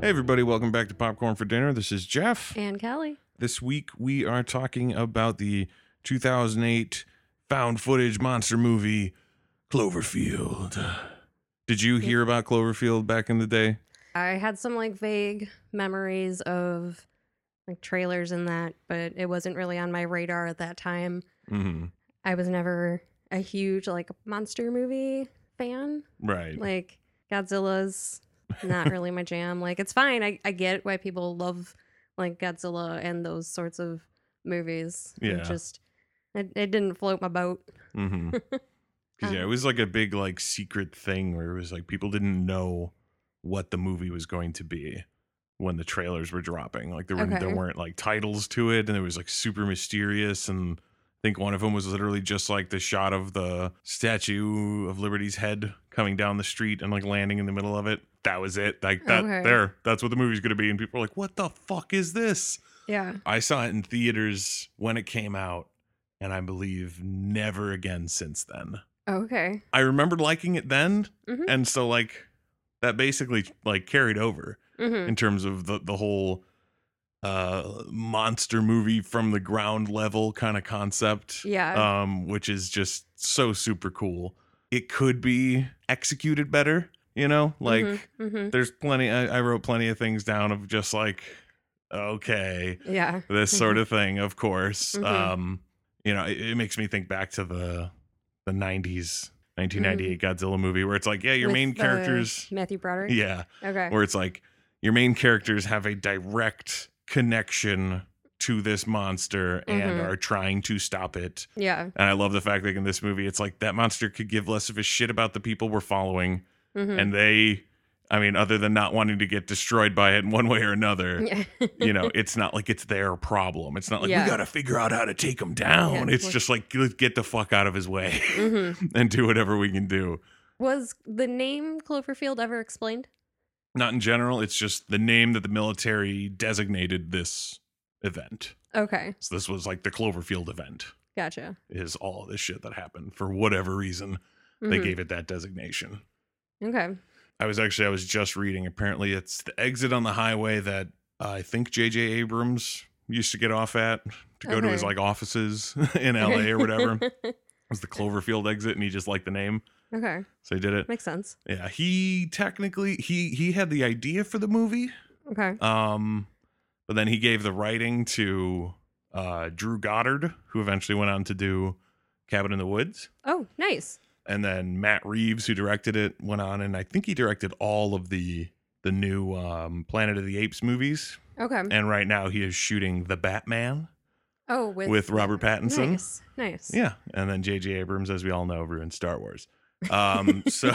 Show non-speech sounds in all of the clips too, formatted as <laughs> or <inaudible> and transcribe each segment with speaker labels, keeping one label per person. Speaker 1: Hey, everybody, welcome back to Popcorn for Dinner. This is Jeff.
Speaker 2: And Callie.
Speaker 1: This week we are talking about the 2008 found footage monster movie Cloverfield. Did you hear about Cloverfield back in the day?
Speaker 2: I had some like vague memories of like trailers and that, but it wasn't really on my radar at that time.
Speaker 1: Mm-hmm.
Speaker 2: I was never a huge like monster movie fan.
Speaker 1: Right.
Speaker 2: Like Godzilla's not really my jam. Like it's fine. I, I get why people love like Godzilla and those sorts of movies. It
Speaker 1: Yeah.
Speaker 2: just it, it didn't float my boat. <laughs>
Speaker 1: Mm-hmm. 'Cause, yeah, it
Speaker 2: Um,
Speaker 1: was like a big like secret thing where it was like people didn't know what the movie was going to be when the trailers were dropping. Like there were
Speaker 2: Okay.
Speaker 1: there weren't like titles to it, and it was like super mysterious. And I think one of them was literally just like the shot of the Statue of Liberty's head coming down the street and like landing in the middle of it. That was it. Like that
Speaker 2: Okay.
Speaker 1: there. That's what the movie's going to be. And people were like, "What the fuck is this?"
Speaker 2: Yeah.
Speaker 1: I saw it in theaters when it came out, and I believe never again since then.
Speaker 2: Oh, Okay.
Speaker 1: I remember liking it then,
Speaker 2: Mhm.
Speaker 1: and so like that basically like carried over
Speaker 2: hmm
Speaker 1: in terms of the the whole uh monster movie from the ground level kind of concept
Speaker 2: Yeah.
Speaker 1: um which is just so super cool it could be executed better you know like
Speaker 2: Mhm.
Speaker 1: there's plenty I, I wrote plenty of things down of just like okay
Speaker 2: Mhm. Yeah.
Speaker 1: this sort of thing of course
Speaker 2: Mhm.
Speaker 1: um you know it, it makes me think back to the the 90s 1998 godzilla movie where it's like yeah your
Speaker 2: Mm. With
Speaker 1: main
Speaker 2: the
Speaker 1: characters
Speaker 2: Matthew Broderick.
Speaker 1: yeah
Speaker 2: Okay.
Speaker 1: where it's like your main characters have a direct connection to this monster and
Speaker 2: Mhm.
Speaker 1: are trying to stop it
Speaker 2: yeah.
Speaker 1: and i love the fact that in this movie it's like that monster could give less of a shit about the people we're following
Speaker 2: Mhm. <laughs>
Speaker 1: and they i mean other than not wanting to get destroyed by it in one way or another
Speaker 2: Yeah.
Speaker 1: you
Speaker 2: <laughs>
Speaker 1: know, it's not like it's their problem. It's not like
Speaker 2: Yeah.
Speaker 1: we got to figure out how to take him down.
Speaker 2: Yeah,
Speaker 1: it's
Speaker 2: like-
Speaker 1: just like "Let's get the fuck out of his way
Speaker 2: Mhm.
Speaker 1: <laughs> and do whatever we can do.
Speaker 2: Was the name Cloverfield ever explained?
Speaker 1: Not in general. It's just the name that the military designated this event.
Speaker 2: Okay.
Speaker 1: So this was like the Cloverfield event.
Speaker 2: Gotcha.
Speaker 1: Is all this shit that happened for whatever reason they
Speaker 2: Mhm.
Speaker 1: gave it that designation.
Speaker 2: Okay.
Speaker 1: I was actually I was just reading. Apparently, it's the exit on the highway that uh, I think J.J. Abrams used to get off at to go to his
Speaker 2: Okay.
Speaker 1: like offices <laughs> in L.A.
Speaker 2: <laughs>
Speaker 1: or whatever. was the Cloverfield exit, and he just liked the name,
Speaker 2: okay.
Speaker 1: so he did it.
Speaker 2: Makes sense.
Speaker 1: Yeah, he technically he he had the idea for the movie,
Speaker 2: Okay.
Speaker 1: um, but then he gave the writing to uh, Drew Goddard, who eventually went on to do Cabin in the Woods,
Speaker 2: Oh, nice.
Speaker 1: and then Matt Reeves, who directed it, went on, and I think he directed all of the the new um, Planet of the Apes movies,
Speaker 2: Okay.
Speaker 1: and right now he is shooting the Batman
Speaker 2: Oh, with,
Speaker 1: with, Robert Pattinson.
Speaker 2: Nice. Nice.
Speaker 1: Yeah, and then J.J. Abrams, as we all know, ruined Star Wars. Um, so,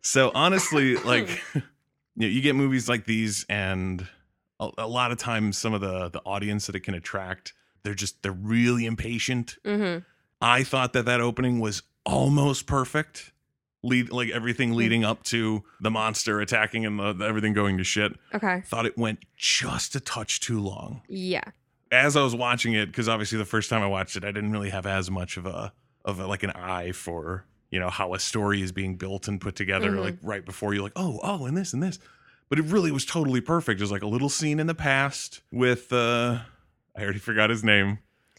Speaker 1: so honestly, like, you, know, <laughs> you get movies like these, and a, a lot of times, some of the the audience that it can attract, they're just they're really impatient.
Speaker 2: Mm-hmm.
Speaker 1: I thought that that opening was almost perfect, lead like everything leading up to the monster attacking and the, the- everything going to shit.
Speaker 2: Okay.
Speaker 1: Thought it went just a touch too long
Speaker 2: Yeah.
Speaker 1: as I was watching it, because obviously the first time I watched it, I didn't really have as much of a of a, like an eye for you know how a story is being built and put together.
Speaker 2: Mhm.
Speaker 1: Like right before you, like oh oh and this and this, but it really was totally perfect. There's like a little scene in the past with uh I already forgot his name,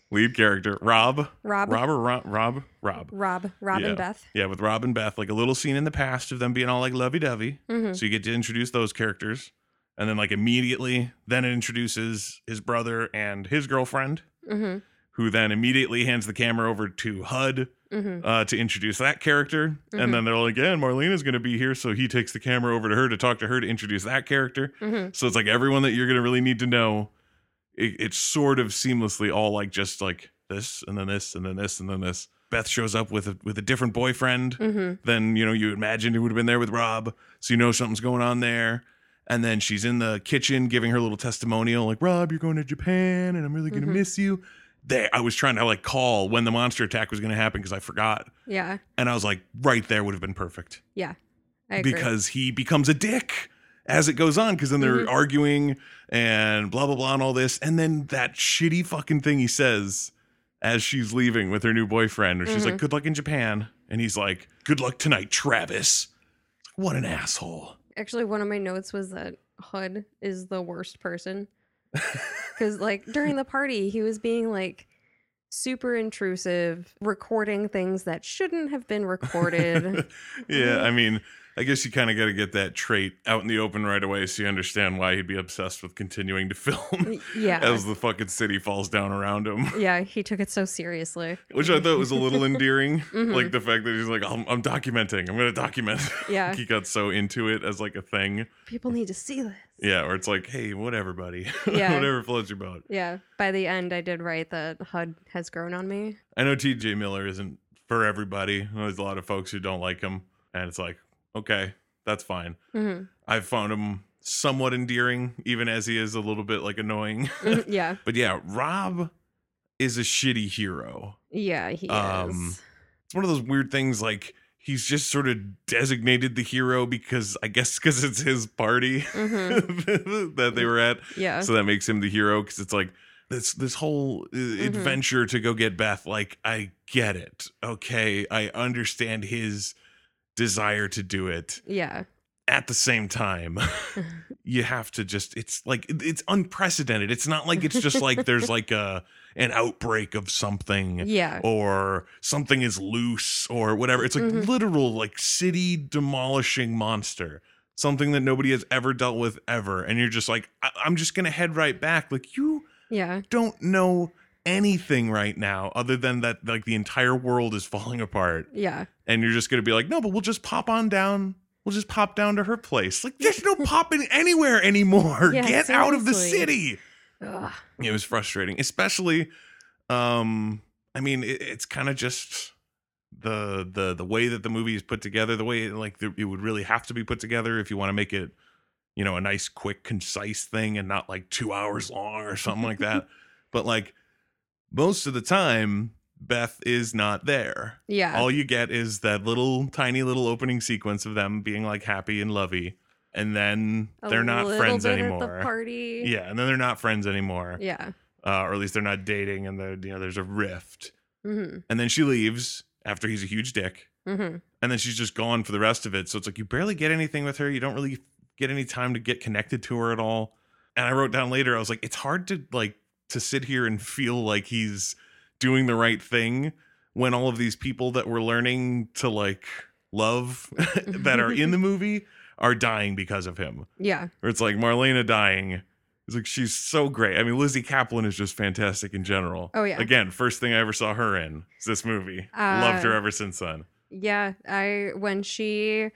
Speaker 1: lead character Rob
Speaker 2: Rob.
Speaker 1: Rob or Rob Rob Rob.
Speaker 2: Rob. Rob
Speaker 1: Yeah.
Speaker 2: and Beth.
Speaker 1: Yeah, with Rob and Beth, like a little scene in the past of them being all like lovey dovey.
Speaker 2: Mm-hmm.
Speaker 1: So you get to introduce those characters. And then, like, immediately, then it introduces his brother and his girlfriend
Speaker 2: Mm-hmm.
Speaker 1: who then immediately hands the camera over to HUD
Speaker 2: Mm-hmm.
Speaker 1: uh, to introduce that character. And then they're like, yeah, and Marlena's going to be here. So he takes the camera over to her to talk to her to introduce that character.
Speaker 2: Mm-hmm.
Speaker 1: So it's like everyone that you're going to really need to know. It, it's sort of seamlessly all like just like this and then this and then this and then this. Beth shows up with a, with a different boyfriend
Speaker 2: Mm-hmm.
Speaker 1: than you know you imagined it would have been there with Rob. So you know something's going on there. And then she's in the kitchen giving her little testimonial, like Rob, you're going to Japan, and I'm really going to
Speaker 2: Mhm.
Speaker 1: miss you. There, I was trying to like call when the monster attack was going to happen because I forgot,
Speaker 2: Yeah.
Speaker 1: and I was like, right there would have been perfect
Speaker 2: I agree.
Speaker 1: because he becomes a dick as it goes on because then they're
Speaker 2: Mhm.
Speaker 1: arguing and blah blah blah and all this, and then that shitty fucking thing he says as she's leaving with her new boyfriend, where she's
Speaker 2: Mm-hmm.
Speaker 1: like, "Good luck in Japan," and he's like, "Good luck tonight, Travis." What an asshole!
Speaker 2: actually one of my notes was that Hud is the worst person
Speaker 1: <laughs>
Speaker 2: because like during the party he was being like super intrusive, recording things that shouldn't have
Speaker 1: <laughs>
Speaker 2: been recorded. Mm-hmm.
Speaker 1: yeah, I mean, I guess you kind of got to get that trait out in the open right away so you understand why he'd be obsessed with continuing to <laughs> film
Speaker 2: Y- yeah,
Speaker 1: as the fucking city falls down around him,
Speaker 2: yeah, he took it so seriously.
Speaker 1: which I thought was a
Speaker 2: <laughs>
Speaker 1: little endearing.
Speaker 2: Mhm.
Speaker 1: Like the fact that he's like, I'm, I'm documenting, I'm going to document.
Speaker 2: yeah,
Speaker 1: <laughs> he got so into it as like a thing.
Speaker 2: people need to see this.
Speaker 1: Yeah, or it's like, hey, whatever, buddy. <laughs>
Speaker 2: Yeah.
Speaker 1: whatever floats your boat.
Speaker 2: Yeah, by the end, I did write that HUD has grown on me.
Speaker 1: I know TJ Miller isn't for everybody. There's a lot of folks who don't like him. And it's like, okay, that's fine.
Speaker 2: hmm
Speaker 1: I've found him somewhat endearing, even as he is a little bit like annoying. <laughs>
Speaker 2: Mm-hmm. yeah,
Speaker 1: but yeah, Rob is a shitty hero.
Speaker 2: yeah, he
Speaker 1: Um,
Speaker 2: is.
Speaker 1: It's one of those weird things like he's just sort of designated the hero because I guess because it's his party <laughs>
Speaker 2: hmm
Speaker 1: that they were at.
Speaker 2: Yeah,
Speaker 1: So that makes him the hero because it's like this this whole uh, adventure to go get Beth. Like I get it, okay, I understand his desire to do it.
Speaker 2: yeah,
Speaker 1: At the same time, <laughs> you have to just it's like it- it's unprecedented. It's not like it's just like there's like a an outbreak of something
Speaker 2: yeah,
Speaker 1: or something is loose or whatever. It's like
Speaker 2: Mhm.
Speaker 1: literal like city demolishing monster, something that nobody has ever dealt with ever. And you're just like, I- I'm just gonna head right back. Like you
Speaker 2: yeah,
Speaker 1: don't know anything right now other than that like the entire world is <laughs> falling apart
Speaker 2: yeah,
Speaker 1: and you're just gonna be like no but we'll just pop on down we'll just pop down to her place like there's
Speaker 2: <laughs>
Speaker 1: no popping anywhere anymore
Speaker 2: Yeah,
Speaker 1: get out of the
Speaker 2: seriously.
Speaker 1: city
Speaker 2: Ugh.
Speaker 1: it was frustrating especially um i mean it, it's kind of just the the the way that the movie is put together the way like the, it would really have to be put together if you want to make it you know a nice quick concise thing and not like two hours long or something like
Speaker 2: <laughs>
Speaker 1: that but like most of the time beth is not there
Speaker 2: yeah,
Speaker 1: all you get is that little tiny little opening sequence of them being like happy and lovey and then
Speaker 2: A
Speaker 1: they're not
Speaker 2: little
Speaker 1: friends
Speaker 2: bit at the
Speaker 1: anymore
Speaker 2: party.
Speaker 1: yeah and then they're not friends anymore
Speaker 2: yeah,
Speaker 1: uh, or at least they're not dating, and there you know there's a rift.
Speaker 2: mm-hmm.
Speaker 1: And then she leaves after he's a huge dick,
Speaker 2: Mm-hmm.
Speaker 1: and then she's just gone for the rest of it. So it's like you barely get anything with her. You don't really get any time to get connected to her at all. And I wrote down later, I was like, it's hard to like to sit here and feel like he's doing the right thing when all of these people that we're learning to like love <laughs> that are in the movie are dying because of him
Speaker 2: yeah,
Speaker 1: where it's like Marlena dying. It's like she's so great. I mean, Lizzie Kaplan is just fantastic in general.
Speaker 2: Oh, yeah.
Speaker 1: Again, first thing I ever saw her in is this movie.
Speaker 2: Uh,
Speaker 1: Loved her ever since then.
Speaker 2: yeah. I when she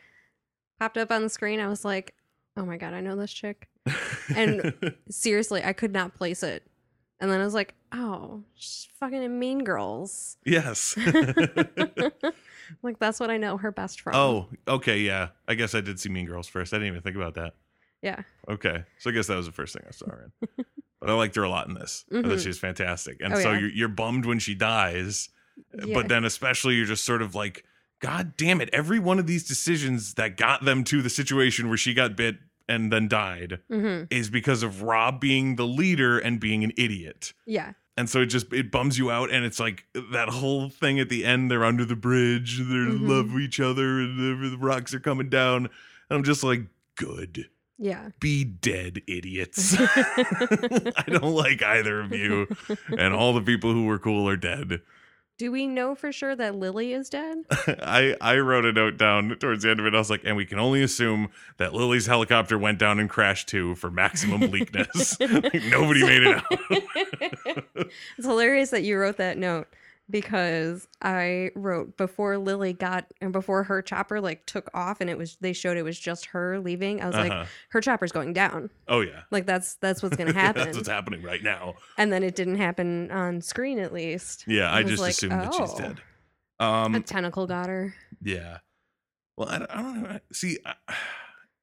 Speaker 2: popped up on the screen, I was like, oh my god, I know this chick.
Speaker 1: <laughs>
Speaker 2: and- Seriously, I could not place it. And then I was like, oh, she's fucking in
Speaker 1: <laughs>
Speaker 2: Mean Girls. <laughs>
Speaker 1: yes.
Speaker 2: like that's what I know her best from.
Speaker 1: oh, okay, yeah. I guess I did see Mean Girls first. I didn't even think about that.
Speaker 2: yeah,
Speaker 1: Okay, so I guess that was the first thing I saw her in. but I liked her a lot in this. I thought
Speaker 2: Mhm.
Speaker 1: she was fantastic. And
Speaker 2: Oh,
Speaker 1: so
Speaker 2: yeah.
Speaker 1: you're, you're bummed when she dies,
Speaker 2: yeah.
Speaker 1: but then especially you're just sort of like, God damn it! Every one of these decisions that got them to the situation where she got bit and then died
Speaker 2: mm-hmm.
Speaker 1: is because of Rob being the leader and being an idiot.
Speaker 2: yeah,
Speaker 1: And so it just it bums you out and it's like that whole thing at the end they're under the bridge, they're in
Speaker 2: Mhm.
Speaker 1: love with each other and the- the rocks are coming down. And I'm just like, good.
Speaker 2: yeah,
Speaker 1: Be dead, idiots. <laughs> I don't like either of you and all the people who were cool are dead.
Speaker 2: Do we know for sure that Lily is dead?
Speaker 1: I I wrote a note down towards the end of it. I was like, and we can only assume that Lily's helicopter went down and crashed too for maximum
Speaker 2: <laughs>
Speaker 1: bleakness. Like, nobody made it out.
Speaker 2: it's hilarious that you wrote that note because I wrote before Lily got and before her chopper like took off and it was they showed it was just her leaving. I was
Speaker 1: Uh-huh.
Speaker 2: like, her chopper's going down.
Speaker 1: Oh yeah.
Speaker 2: Like that's that's what's gonna happen.
Speaker 1: <laughs> That's what's happening right now.
Speaker 2: and then it didn't happen on screen at least.
Speaker 1: Yeah, I,
Speaker 2: I was
Speaker 1: just
Speaker 2: like,
Speaker 1: assumed that she's
Speaker 2: "Oh."
Speaker 1: dead.
Speaker 2: A
Speaker 1: Um,
Speaker 2: tentacle got her.
Speaker 1: yeah. Well, I don't, I don't know. See, I,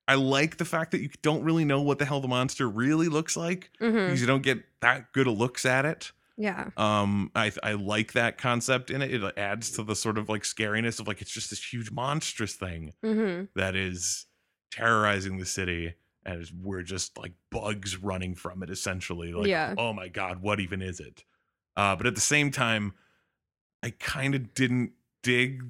Speaker 1: I like the fact that you don't really know what the hell the monster really looks like
Speaker 2: hmm
Speaker 1: because you don't get that good of looks at it.
Speaker 2: Yeah.
Speaker 1: Um, I I like that concept in it. It adds to the sort of like scariness of like it's just this huge monstrous thing
Speaker 2: hmm
Speaker 1: that is terrorizing the city, and it's- we're just like bugs running from it essentially. Like,
Speaker 2: Yeah.
Speaker 1: oh my god, what even is it? Uh, but at the same time, I kind of didn't dig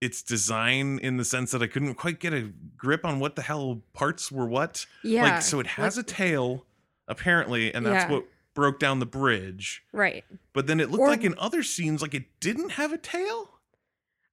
Speaker 1: its design in the sense that I couldn't quite get a grip on what the hell parts were what.
Speaker 2: Yeah.
Speaker 1: Like so it has a tail apparently and that's
Speaker 2: Yeah.
Speaker 1: what broke down the bridge.
Speaker 2: right.
Speaker 1: But then it looked
Speaker 2: Or-
Speaker 1: like in other scenes like it didn't have a tail.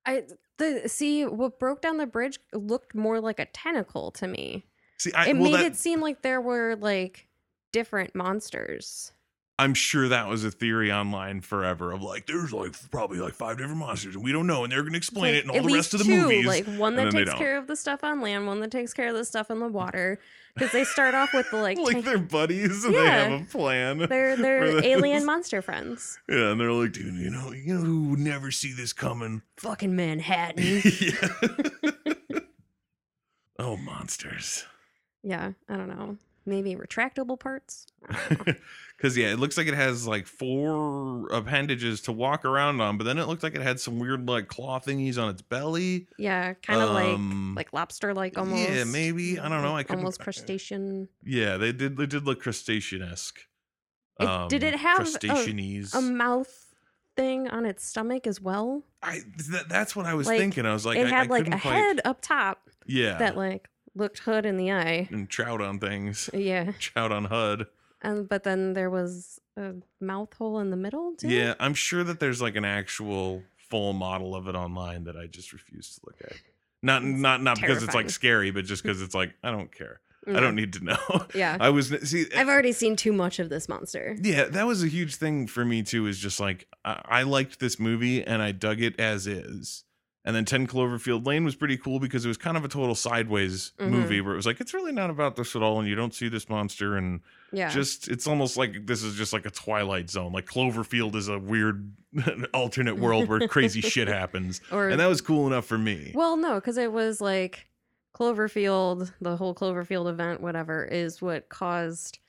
Speaker 2: I the see what broke down the bridge looked more like a tentacle to me.
Speaker 1: See, I
Speaker 2: it
Speaker 1: well
Speaker 2: made
Speaker 1: that,
Speaker 2: it seem like there were like different monsters.
Speaker 1: I'm sure that was a theory online forever of like there's like probably like five different monsters and we don't know and they're gonna explain
Speaker 2: Like,
Speaker 1: it in
Speaker 2: at
Speaker 1: all the rest
Speaker 2: least
Speaker 1: of the
Speaker 2: two,
Speaker 1: movies.
Speaker 2: Like one
Speaker 1: and
Speaker 2: that
Speaker 1: then they
Speaker 2: takes
Speaker 1: don't.
Speaker 2: care of the stuff on land, one that takes care of the stuff in the water. Because they start off with the
Speaker 1: <laughs> <laughs>
Speaker 2: like,
Speaker 1: like
Speaker 2: ta-
Speaker 1: they're buddies and they
Speaker 2: Yeah.
Speaker 1: have a plan. <laughs>
Speaker 2: they're they're
Speaker 1: those.
Speaker 2: alien monster friends.
Speaker 1: yeah, and they're like, dude, you know, you know who would never see this coming? <laughs>
Speaker 2: Fucking Manhattan.
Speaker 1: yeah.
Speaker 2: Mm-hmm.
Speaker 1: <laughs> oh, monsters.
Speaker 2: yeah, I don't know. Maybe retractable parts.
Speaker 1: Because, yeah, it looks like it has like four appendages to walk around on, but then it looked like it had some weird like claw thingies on its belly.
Speaker 2: Yeah, kind of
Speaker 1: Um,
Speaker 2: like like lobster like almost.
Speaker 1: Yeah, maybe. I don't know. I
Speaker 2: Like
Speaker 1: couldn't-
Speaker 2: almost crustacean.
Speaker 1: Yeah, they did. They did look crustacean esque.
Speaker 2: It- did it have a-
Speaker 1: crustaceanese?
Speaker 2: A mouth thing on its stomach as well.
Speaker 1: I th- that's what I was
Speaker 2: like,
Speaker 1: thinking. I was like,
Speaker 2: it
Speaker 1: I,
Speaker 2: had
Speaker 1: I
Speaker 2: like a
Speaker 1: couldn't quite-
Speaker 2: head up top
Speaker 1: Yeah,
Speaker 2: that like looked hood in the eye.
Speaker 1: and trout on
Speaker 2: <laughs>
Speaker 1: things, <laughs>
Speaker 2: Yeah.
Speaker 1: trout on HUD.
Speaker 2: And but then there was a mouth hole in the middle too.
Speaker 1: Yeah, I'm sure that there's like an actual full model of it online that I just refuse to look at. Not
Speaker 2: It's
Speaker 1: not not because it's
Speaker 2: terrifying.
Speaker 1: like scary, but
Speaker 2: <laughs>
Speaker 1: just because it's like I don't care.
Speaker 2: Yeah.
Speaker 1: I don't need uh, to know. <laughs>
Speaker 2: Mm-hmm. Yeah.
Speaker 1: I was see. eh,
Speaker 2: I've already seen too much of this monster.
Speaker 1: yeah, that was a huge thing for me too. Is just like I, I liked this movie and I dug it as is. And then Ten Cloverfield Lane was pretty cool because it was kind of a total sideways
Speaker 2: Mhm.
Speaker 1: movie where it was like it's really not about this at all, and you don't see this monster, and
Speaker 2: Yeah.
Speaker 1: just it's almost like this is just like a twilight zone like cloverfield is a weird <laughs> alternate world where crazy shit happens
Speaker 2: or
Speaker 1: and that was cool enough for me
Speaker 2: well, no, because it was like Cloverfield, the whole Cloverfield event, whatever, is what caused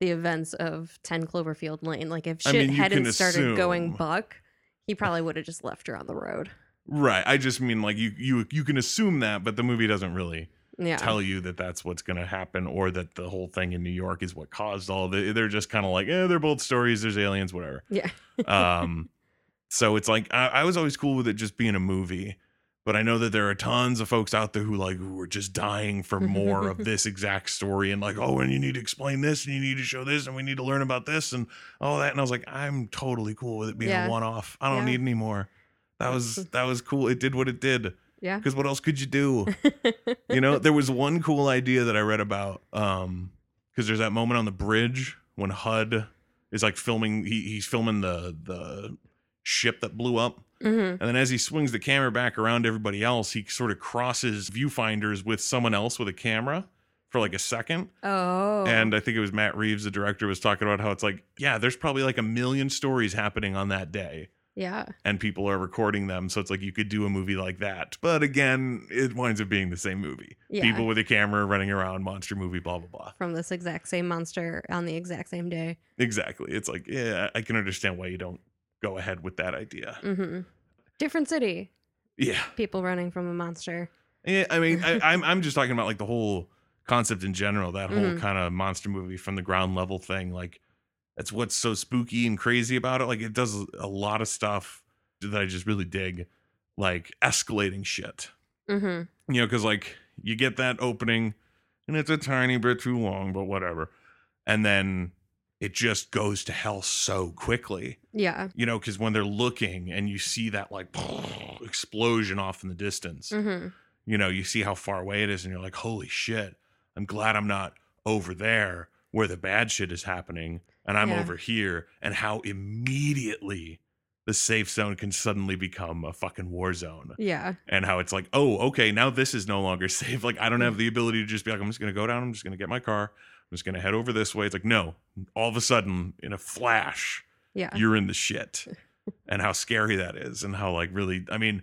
Speaker 2: the events of Ten Cloverfield Lane. Like if
Speaker 1: I
Speaker 2: shit
Speaker 1: mean, you
Speaker 2: hadn't
Speaker 1: can
Speaker 2: started going
Speaker 1: assume.
Speaker 2: buck,
Speaker 1: <laughs>
Speaker 2: he probably would have just left her on the road.
Speaker 1: right i just mean like you you you can assume that but the movie doesn't really
Speaker 2: Yeah.
Speaker 1: tell you that that's what's going to happen or that the whole thing in new york is what caused all the they're just kind of like eh, they're both stories there's aliens whatever
Speaker 2: yeah. <laughs>
Speaker 1: um so it's like I, I was always cool with it just being a movie but i know that there are tons of folks out there who like who are just dying for more
Speaker 2: <laughs>
Speaker 1: of this exact story and like oh and you need to explain this and you need to show this and we need to learn about this and all that and i was like i'm totally cool with it being
Speaker 2: Yeah.
Speaker 1: a one-off i don't
Speaker 2: Yeah.
Speaker 1: need any more that
Speaker 2: <laughs>
Speaker 1: was that was cool it did what it did
Speaker 2: Yeah.
Speaker 1: because what else could you do you know there was one cool idea that i read about um because there's that moment on the bridge when hud is like filming he, he's filming the the ship that blew up
Speaker 2: hmm
Speaker 1: and then as he swings the camera back around to everybody else he sort of crosses viewfinders with someone else with a camera for like a second
Speaker 2: Oh.
Speaker 1: and i think it was matt reeves the director was talking about how it's like yeah there's probably like a million stories happening on that day
Speaker 2: yeah.
Speaker 1: and people are recording them. So it's like you could do a movie like that. But again, it winds up being the same movie.
Speaker 2: Yeah.
Speaker 1: People with a camera running around, monster movie, blah, blah, blah.
Speaker 2: From this exact same monster on the exact same day.
Speaker 1: Exactly. It's like, yeah, I can understand why you don't go ahead with that idea.
Speaker 2: hmm Different city.
Speaker 1: Yeah.
Speaker 2: People running from a monster.
Speaker 1: Yeah, I mean, I, I'm I'm just talking about like the whole concept in general, that whole
Speaker 2: Mhm.
Speaker 1: kind of monster movie from the ground level thing. Like, that's what's so spooky and crazy about it. Like, it does a lot of stuff that I just really dig, like escalating shit.
Speaker 2: hmm
Speaker 1: you know, because like you get that opening and it's a tiny bit too long, but whatever. And then it just goes to hell so quickly,
Speaker 2: Yeah.
Speaker 1: you know, because when they're looking and you see that like <laughs> explosion off in the distance,
Speaker 2: hmm
Speaker 1: you know, you see how far away it is and you're like, holy shit, I'm glad I'm not over there where the bad shit is happening and I'm
Speaker 2: Yeah.
Speaker 1: over here. And how immediately the safe zone can suddenly become a fucking war zone
Speaker 2: Yeah.
Speaker 1: and how it's like, oh, okay, now this is no longer <laughs> safe. Like, I don't have the ability to just be like, I'm just going to go down, I'm just going to get my car, I'm just going to head over this way. It's like, no, all of a sudden, in a flash,
Speaker 2: Yeah.
Speaker 1: you're in the shit. and how scary that is, and how, like, really, I mean,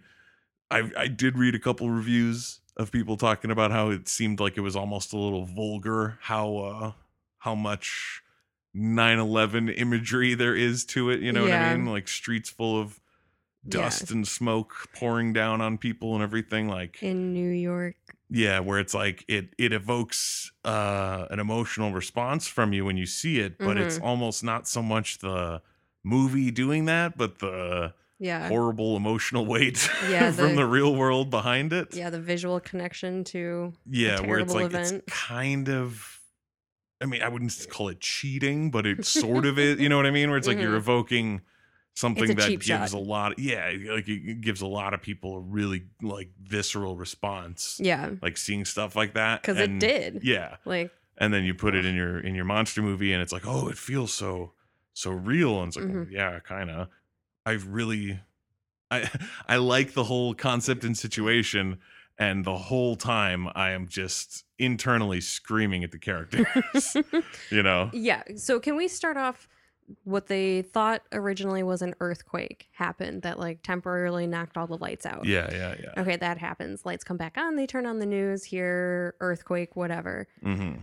Speaker 1: I, I did read a couple reviews of people talking about how it seemed like it was almost a little vulgar how uh how much 9/11 imagery there is to it, you know what
Speaker 2: Yeah.
Speaker 1: I mean? Like streets full of dust and smoke pouring down on people and everything like
Speaker 2: in New York.
Speaker 1: yeah where it's like it it evokes uh an emotional response from you
Speaker 2: Mm-hmm.
Speaker 1: when you see it but it's almost not so much the movie doing that but the
Speaker 2: yeah.
Speaker 1: horrible emotional <laughs> weight
Speaker 2: Yeah,
Speaker 1: from
Speaker 2: the-
Speaker 1: the real world behind it.
Speaker 2: Yeah, the visual connection to
Speaker 1: Yeah, where it's like
Speaker 2: terrible event.
Speaker 1: it's kind of I mean, I wouldn't call it cheating, but it sort of is, you
Speaker 2: <laughs>
Speaker 1: know what I mean? Where it's like you're
Speaker 2: Mhm.
Speaker 1: evoking something
Speaker 2: a
Speaker 1: that
Speaker 2: cheap
Speaker 1: gives
Speaker 2: shot.
Speaker 1: a lot yeah, like it gives a lot of people a really like visceral response.
Speaker 2: yeah,
Speaker 1: Like seeing stuff like that.
Speaker 2: because it
Speaker 1: and-
Speaker 2: did.
Speaker 1: Yeah.
Speaker 2: Like
Speaker 1: and then you put it in your in your monster movie and it's like oh it feels so so real and it's like
Speaker 2: Mhm.
Speaker 1: yeah kind of i've really i <laughs> i like the whole concept and situation and the whole time i am just internally screaming at the characters you know
Speaker 2: yeah. So can we start off? What they thought originally was an earthquake happened that like temporarily knocked all the lights out.
Speaker 1: yeah yeah yeah
Speaker 2: Okay, that happens. Lights come back on. They turn on the news. Hear earthquake, whatever,
Speaker 1: hmm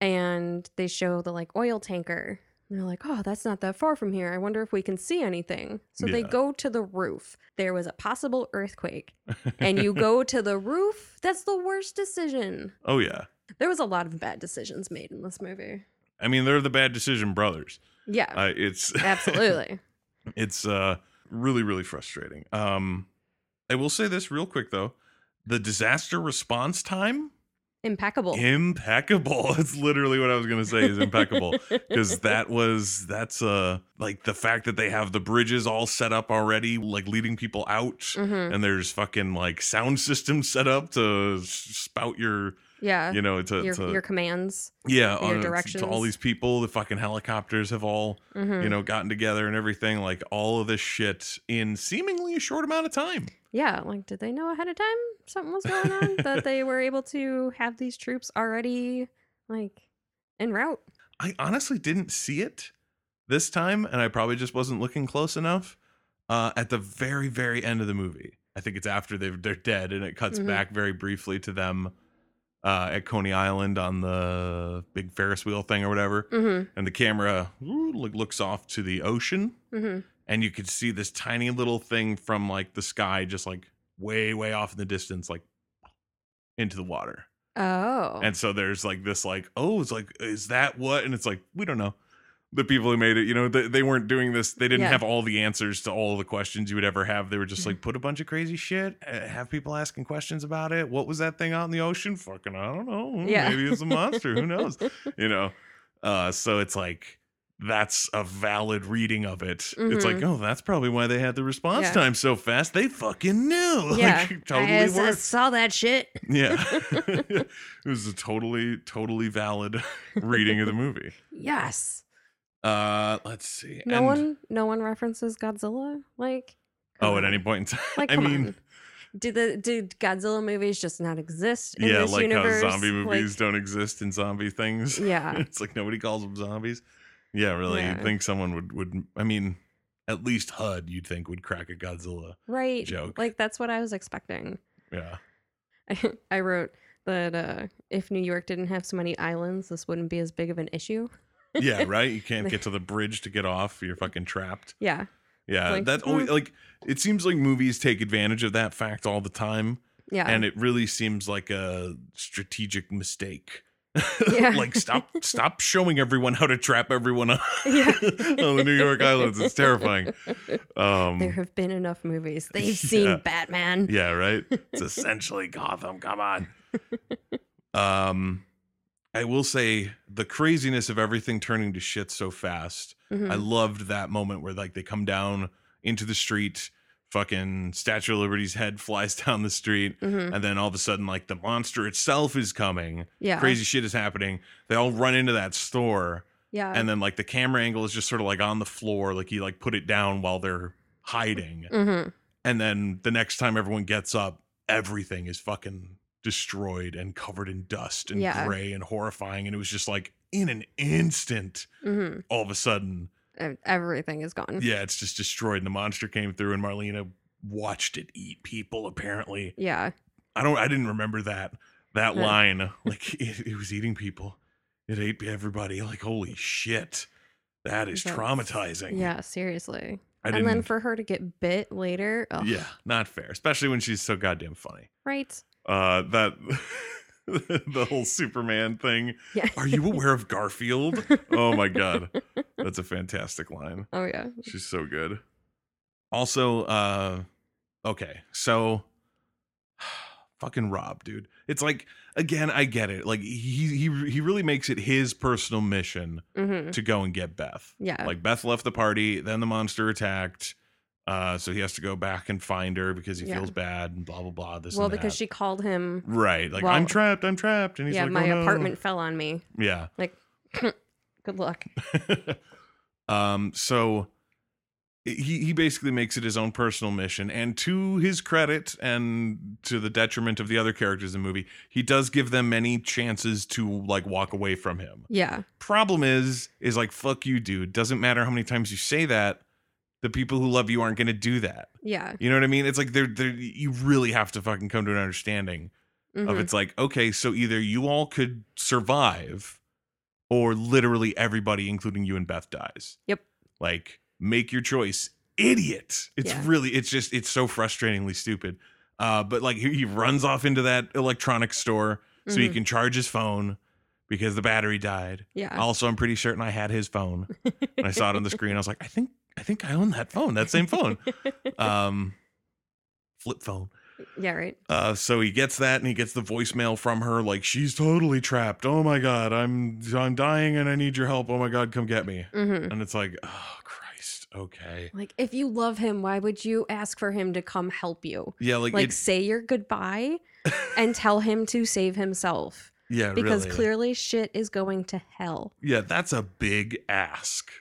Speaker 2: and they show the like oil tanker. And they're like, oh, that's not that far from here. I wonder if we can see anything. So they
Speaker 1: Yeah.
Speaker 2: go to the roof. There was a possible
Speaker 1: <laughs>
Speaker 2: earthquake, and you go to the roof. That's the worst decision.
Speaker 1: oh yeah
Speaker 2: There was a lot of bad decisions made in this movie.
Speaker 1: i mean they're the bad decision brothers
Speaker 2: Yeah,
Speaker 1: <laughs> uh, it's
Speaker 2: absolutely.
Speaker 1: it's uh really really frustrating um i will say this real quick though the disaster response time
Speaker 2: Impeccable.
Speaker 1: impeccable <laughs> that's literally what i was gonna say is
Speaker 2: <laughs>
Speaker 1: impeccable because that was that's uh like the fact that they have the bridges all set up already like leading people out
Speaker 2: Mhm.
Speaker 1: and there's fucking like sound systems set up to s- spout your
Speaker 2: Yeah.
Speaker 1: you know to,
Speaker 2: Uh, your,
Speaker 1: to-
Speaker 2: your commands.
Speaker 1: yeah
Speaker 2: your
Speaker 1: on, to all
Speaker 2: directions.
Speaker 1: these people the fucking helicopters have all
Speaker 2: Mhm.
Speaker 1: you know gotten together and everything like all of this shit in seemingly a short amount of time
Speaker 2: Yeah. Like, did they know ahead of time something was going
Speaker 1: <laughs>
Speaker 2: on that they were able to have these troops already like en route?
Speaker 1: I honestly didn't see it this time, and I probably just wasn't looking close enough. Uh, at the very, very end of the movie, I think it's after they're they're dead, and it cuts
Speaker 2: Mhm.
Speaker 1: back very briefly to them uh, at Coney Island on the big Ferris wheel thing or whatever,
Speaker 2: Mm-hmm.
Speaker 1: and the camera ooh, look- looks off to the ocean,
Speaker 2: Mm-hmm.
Speaker 1: and you could see this tiny little thing from like the sky, just like way, way off in the distance, like into the water.
Speaker 2: Oh.
Speaker 1: And so there's like this, like, oh, it's like, is that what? And it's like, we don't know. The people who made it, you know, they, they weren't doing this. They didn't
Speaker 2: Yeah. Mm-hmm.
Speaker 1: have all the answers to all the questions you would ever have. They were just like, put a bunch of crazy shit, uh, have people asking questions about it. What was that thing out in the ocean? Fucking, I don't know. Hmm,
Speaker 2: Yeah.
Speaker 1: Maybe it's a monster. Who
Speaker 2: <laughs>
Speaker 1: knows? You know? Uh, so it's like, that's a valid reading of it. It's like, oh, that's probably why they had the response
Speaker 2: Mm-hmm. Yeah.
Speaker 1: time so fast. They fucking knew. <laughs>
Speaker 2: yeah.
Speaker 1: Like,
Speaker 2: I, I
Speaker 1: worked.
Speaker 2: saw that shit. <laughs>
Speaker 1: Yeah. <laughs> it was a totally, totally valid <laughs> reading of the movie.
Speaker 2: Yes.
Speaker 1: Uh let's see.
Speaker 2: No
Speaker 1: And-
Speaker 2: one no one references Godzilla like come
Speaker 1: Oh, at
Speaker 2: <laughs> on.
Speaker 1: any point in time.
Speaker 2: Like,
Speaker 1: I
Speaker 2: come
Speaker 1: mean,
Speaker 2: on. do the do Godzilla movies just not exist in
Speaker 1: yeah,
Speaker 2: this
Speaker 1: like
Speaker 2: universe?
Speaker 1: how zombie movies
Speaker 2: Like,
Speaker 1: don't exist in zombie things. <laughs>
Speaker 2: yeah,
Speaker 1: it's like nobody calls them zombies. Yeah, really. You'd
Speaker 2: Yeah.
Speaker 1: think someone would would I mean, at least HUD you'd think would crack a Godzilla.
Speaker 2: right.
Speaker 1: Joke.
Speaker 2: Like that's what I was expecting. <laughs>
Speaker 1: Yeah.
Speaker 2: I, I wrote that uh, if New York didn't have so many islands, this wouldn't be as big of an issue.
Speaker 1: Yeah, right? You can't get to the bridge to get off. You're fucking trapped.
Speaker 2: Yeah,
Speaker 1: Yeah.
Speaker 2: Like, mm.
Speaker 1: that always like it seems like movies take advantage of that fact all the time.
Speaker 2: yeah,
Speaker 1: and it really seems like a strategic mistake. <laughs>
Speaker 2: Yeah.
Speaker 1: like stop stop showing everyone how to trap everyone on,
Speaker 2: <laughs>
Speaker 1: <laughs>
Speaker 2: yeah.
Speaker 1: on the New York islands. It's terrifying.
Speaker 2: There
Speaker 1: Um
Speaker 2: have been enough movies. They've
Speaker 1: Yeah.
Speaker 2: seen Batman.
Speaker 1: <laughs> yeah, right? It's essentially Gotham. Come on. Um I will say the craziness of everything turning to shit so fast.
Speaker 2: Mhm.
Speaker 1: I loved that moment where like they come down into the street, fucking Statue of Liberty's head flies <laughs> down the street,
Speaker 2: Mhm.
Speaker 1: and then all of a sudden like the monster itself is coming.
Speaker 2: Yeah,
Speaker 1: crazy shit is happening. They all run into that store,
Speaker 2: Yeah,
Speaker 1: and then like the camera angle is just sort of like on the floor, like he like put it down while they're hiding,
Speaker 2: hmm
Speaker 1: and then the next time everyone gets up, everything is fucking destroyed and covered in dust and
Speaker 2: Yeah.
Speaker 1: gray and horrifying, and it was just like in an instant,
Speaker 2: hmm
Speaker 1: all of a sudden,
Speaker 2: everything is gone.
Speaker 1: yeah, it's just destroyed, and the monster came through, and Marlena watched it eat people apparently.
Speaker 2: Yeah.
Speaker 1: I don't. I didn't remember that that
Speaker 2: Huh.
Speaker 1: line. Like it, it was eating people. It ate everybody. Like holy shit, that is
Speaker 2: That's-
Speaker 1: traumatizing.
Speaker 2: Yeah, seriously.
Speaker 1: I didn't.
Speaker 2: And then for her to get bit later, ugh,
Speaker 1: yeah, not fair. Especially when she's so goddamn funny.
Speaker 2: right?
Speaker 1: Uh, that <laughs> the whole Superman
Speaker 2: <laughs>
Speaker 1: thing.
Speaker 2: Yeah.
Speaker 1: Are you aware of
Speaker 2: <laughs>
Speaker 1: Garfield? oh my god, that's a fantastic line.
Speaker 2: Oh yeah.
Speaker 1: She's so good. Also, uh okay, so <sighs> fucking Rob, dude. It's like again, I get it. Like he he he really makes it his personal mission
Speaker 2: hmm
Speaker 1: to go and get Beth.
Speaker 2: Yeah.
Speaker 1: Like Beth left the party, then the monster attacked. Uh, so he has to go back and find her because he
Speaker 2: Yeah.
Speaker 1: feels bad and blah blah blah. This
Speaker 2: well,
Speaker 1: and
Speaker 2: because
Speaker 1: that.
Speaker 2: she called him.
Speaker 1: right, like
Speaker 2: Well-
Speaker 1: I'm trapped, I'm trapped, and he's
Speaker 2: Yeah,
Speaker 1: like,
Speaker 2: my
Speaker 1: "Oh, no."
Speaker 2: apartment fell on me.
Speaker 1: Yeah,
Speaker 2: Good
Speaker 1: <laughs>
Speaker 2: luck.
Speaker 1: um, so he he basically makes it his own personal mission, and to his credit, and to the detriment of the other characters in the movie, he does give them many chances to like walk away from him.
Speaker 2: Yeah.
Speaker 1: Problem is, is like fuck you, dude. Doesn't matter how many times you say that, the people who love you aren't gonna do that.
Speaker 2: Yeah.
Speaker 1: You know what I mean? It's like they're they're you really have to fucking come to an understanding
Speaker 2: Mhm.
Speaker 1: of it's like okay so either you all could survive or literally everybody including you and beth dies
Speaker 2: Yep.
Speaker 1: like make your choice idiot it's
Speaker 2: Yeah.
Speaker 1: really it's just it's so frustratingly stupid uh but like he, he runs off into that electronics store so he
Speaker 2: Mhm.
Speaker 1: can charge his phone because the battery died
Speaker 2: Yeah.
Speaker 1: also i'm pretty certain i had his phone and i saw
Speaker 2: <laughs>
Speaker 1: it on the screen i was like i think i think i own that phone that same phone um flip phone
Speaker 2: yeah. Right.
Speaker 1: uh, so he gets that, and he gets the voicemail from her, like she's totally trapped. Oh my god, I'm I'm dying, and I need your help. Oh my god, come get me.
Speaker 2: hmm
Speaker 1: And it's like, oh Christ, okay,
Speaker 2: Like, if you love him, why would you ask for him to come help you?
Speaker 1: yeah, like,
Speaker 2: Like,
Speaker 1: it-
Speaker 2: say
Speaker 1: <laughs>
Speaker 2: your goodbye and tell him to save himself
Speaker 1: yeah,
Speaker 2: because
Speaker 1: really.
Speaker 2: clearly shit is going to hell.
Speaker 1: yeah, that's a big ask,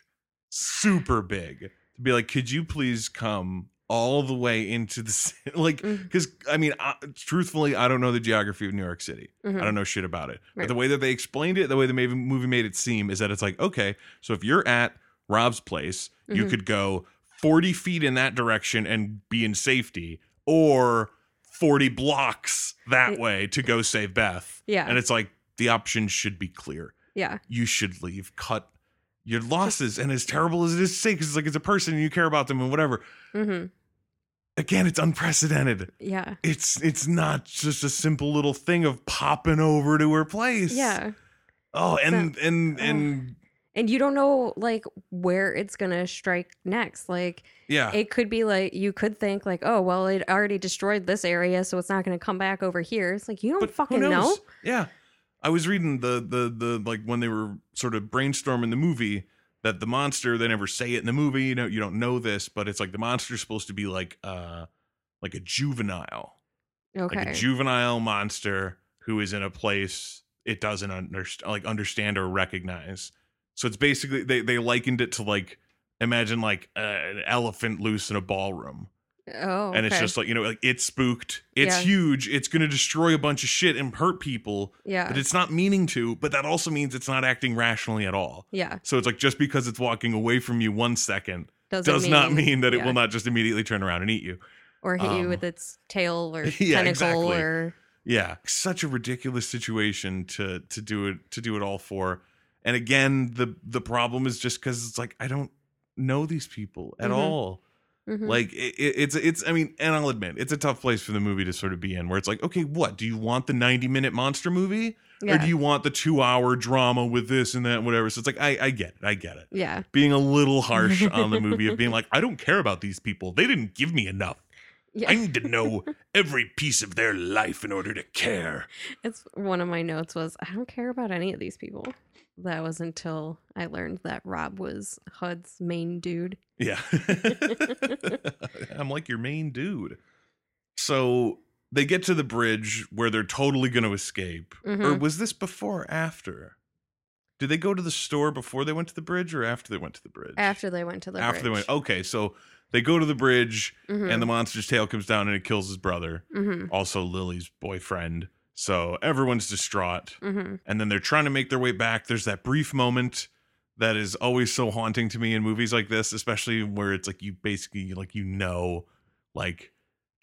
Speaker 1: super big. To be like, could you please come all the way into the ci- <laughs> like,
Speaker 2: Mhm.
Speaker 1: because I mean, I, truthfully, I don't know the geography of New York City.
Speaker 2: Mhm.
Speaker 1: I don't know shit about it. But
Speaker 2: Right.
Speaker 1: the way that they explained it, the way the ma- movie made it seem, is that it's like, okay, so if you're at Rob's place, you
Speaker 2: Mhm.
Speaker 1: could go 40 feet in that direction and be in safety, or 40 blocks that
Speaker 2: It-
Speaker 1: way to go save Beth.
Speaker 2: Yeah.
Speaker 1: And it's like, the options should be clear.
Speaker 2: yeah.
Speaker 1: You should leave. Cut your losses. And as terrible as it is to say, because it's like it's a person and you care about them and whatever.
Speaker 2: hmm
Speaker 1: Again, it's unprecedented.
Speaker 2: Yeah.
Speaker 1: It's it's not just a simple little thing of popping over to her place.
Speaker 2: Yeah.
Speaker 1: Oh, and and
Speaker 2: oh.
Speaker 1: and
Speaker 2: And you don't know like where it's gonna strike next. Like
Speaker 1: yeah,
Speaker 2: it could be like you could think like, oh well, it already destroyed this area, so it's not gonna come back over here. It's like you don't
Speaker 1: but who
Speaker 2: fucking know.
Speaker 1: knows? Yeah, I was reading the the the like when they were sort of brainstorming the movie that the monster they never say it in the movie. You know, you don't know this, but it's like the monster's supposed to be like uh like a juvenile,
Speaker 2: Okay.
Speaker 1: like a juvenile monster who is in a place it doesn't understand like understand or recognize. So it's basically they they likened it to like imagine like uh, an elephant loose in a ballroom.
Speaker 2: oh.
Speaker 1: and it's
Speaker 2: okay.
Speaker 1: just like you know like it's spooked it's
Speaker 2: Yeah.
Speaker 1: huge it's going to destroy a bunch of shit and hurt people
Speaker 2: yeah.
Speaker 1: but it's not meaning to but that also means it's not acting rationally at all
Speaker 2: yeah.
Speaker 1: so it's like just because it's walking away from you one second
Speaker 2: Doesn't
Speaker 1: does not mean that it
Speaker 2: yeah.
Speaker 1: will not just immediately turn around and eat you
Speaker 2: or hit you
Speaker 1: um,
Speaker 2: with its tail or
Speaker 1: <laughs> Yeah,
Speaker 2: tentacle
Speaker 1: exactly.
Speaker 2: or
Speaker 1: yeah such a ridiculous situation to to do it to do it all for and again the the problem is just because it's like i don't know these people at
Speaker 2: Mhm.
Speaker 1: all
Speaker 2: Mhm.
Speaker 1: Like it, it- it's it's I mean, and I'll admit it's a tough place for the movie to sort of be in, where it's like, okay, what do you want the ninety minute monster movie, or
Speaker 2: yeah.
Speaker 1: do you want the two hour drama with this and that, and whatever? So it's like I I get it, I get it.
Speaker 2: yeah.
Speaker 1: Being a little
Speaker 2: <laughs>
Speaker 1: harsh on the movie of being like, I don't care about these people. They didn't give me enough.
Speaker 2: Yeah.
Speaker 1: I need to know every piece of their life in order to care.
Speaker 2: <laughs> It's one of my notes was I don't care about any of these people. That was until I learned that Rob was HUD's main dude.
Speaker 1: Yeah. <laughs> I'm like your main dude. So they get to the bridge where they're totally going to escape. Or
Speaker 2: Mhm.
Speaker 1: was this before or after? Did they go to the store before they went to the bridge or after they went to the bridge?
Speaker 2: After they went oh, to the Mm-hmm.
Speaker 1: after they went. Okay, so they go to the bridge and the monster's tail comes down and it kills his brother,
Speaker 2: hmm
Speaker 1: also Lily's boyfriend. So everyone's distraught
Speaker 2: hmm
Speaker 1: and then they're trying to make their way back. There's that brief moment that is always so haunting to me in movies like this, especially where it's like you basically like you know, like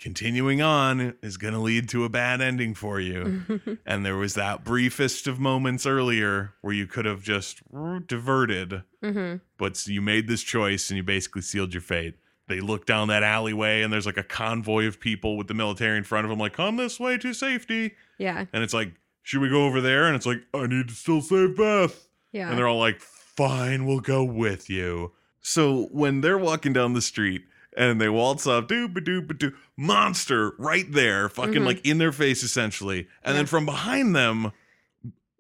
Speaker 1: continuing on is gonna lead to a bad ending for you.
Speaker 2: Mm-hmm.
Speaker 1: and there was that briefest of moments earlier where you could have just diverted,
Speaker 2: hmm
Speaker 1: but you made this choice and you basically sealed your fate. They look down that alleyway and there's like a convoy of people with the military in front of them, like, come this way to safety
Speaker 2: Yeah.
Speaker 1: and it's like, should we go over there? And it's like, I need to still save Beth.
Speaker 2: Yeah.
Speaker 1: And they're all like, fine, we'll go with you. So when they're walking down the street and they waltz up, doo ba doo ba doo, monster right there, fucking
Speaker 2: Mhm.
Speaker 1: like in their face essentially, and
Speaker 2: Yeah.
Speaker 1: then from behind them,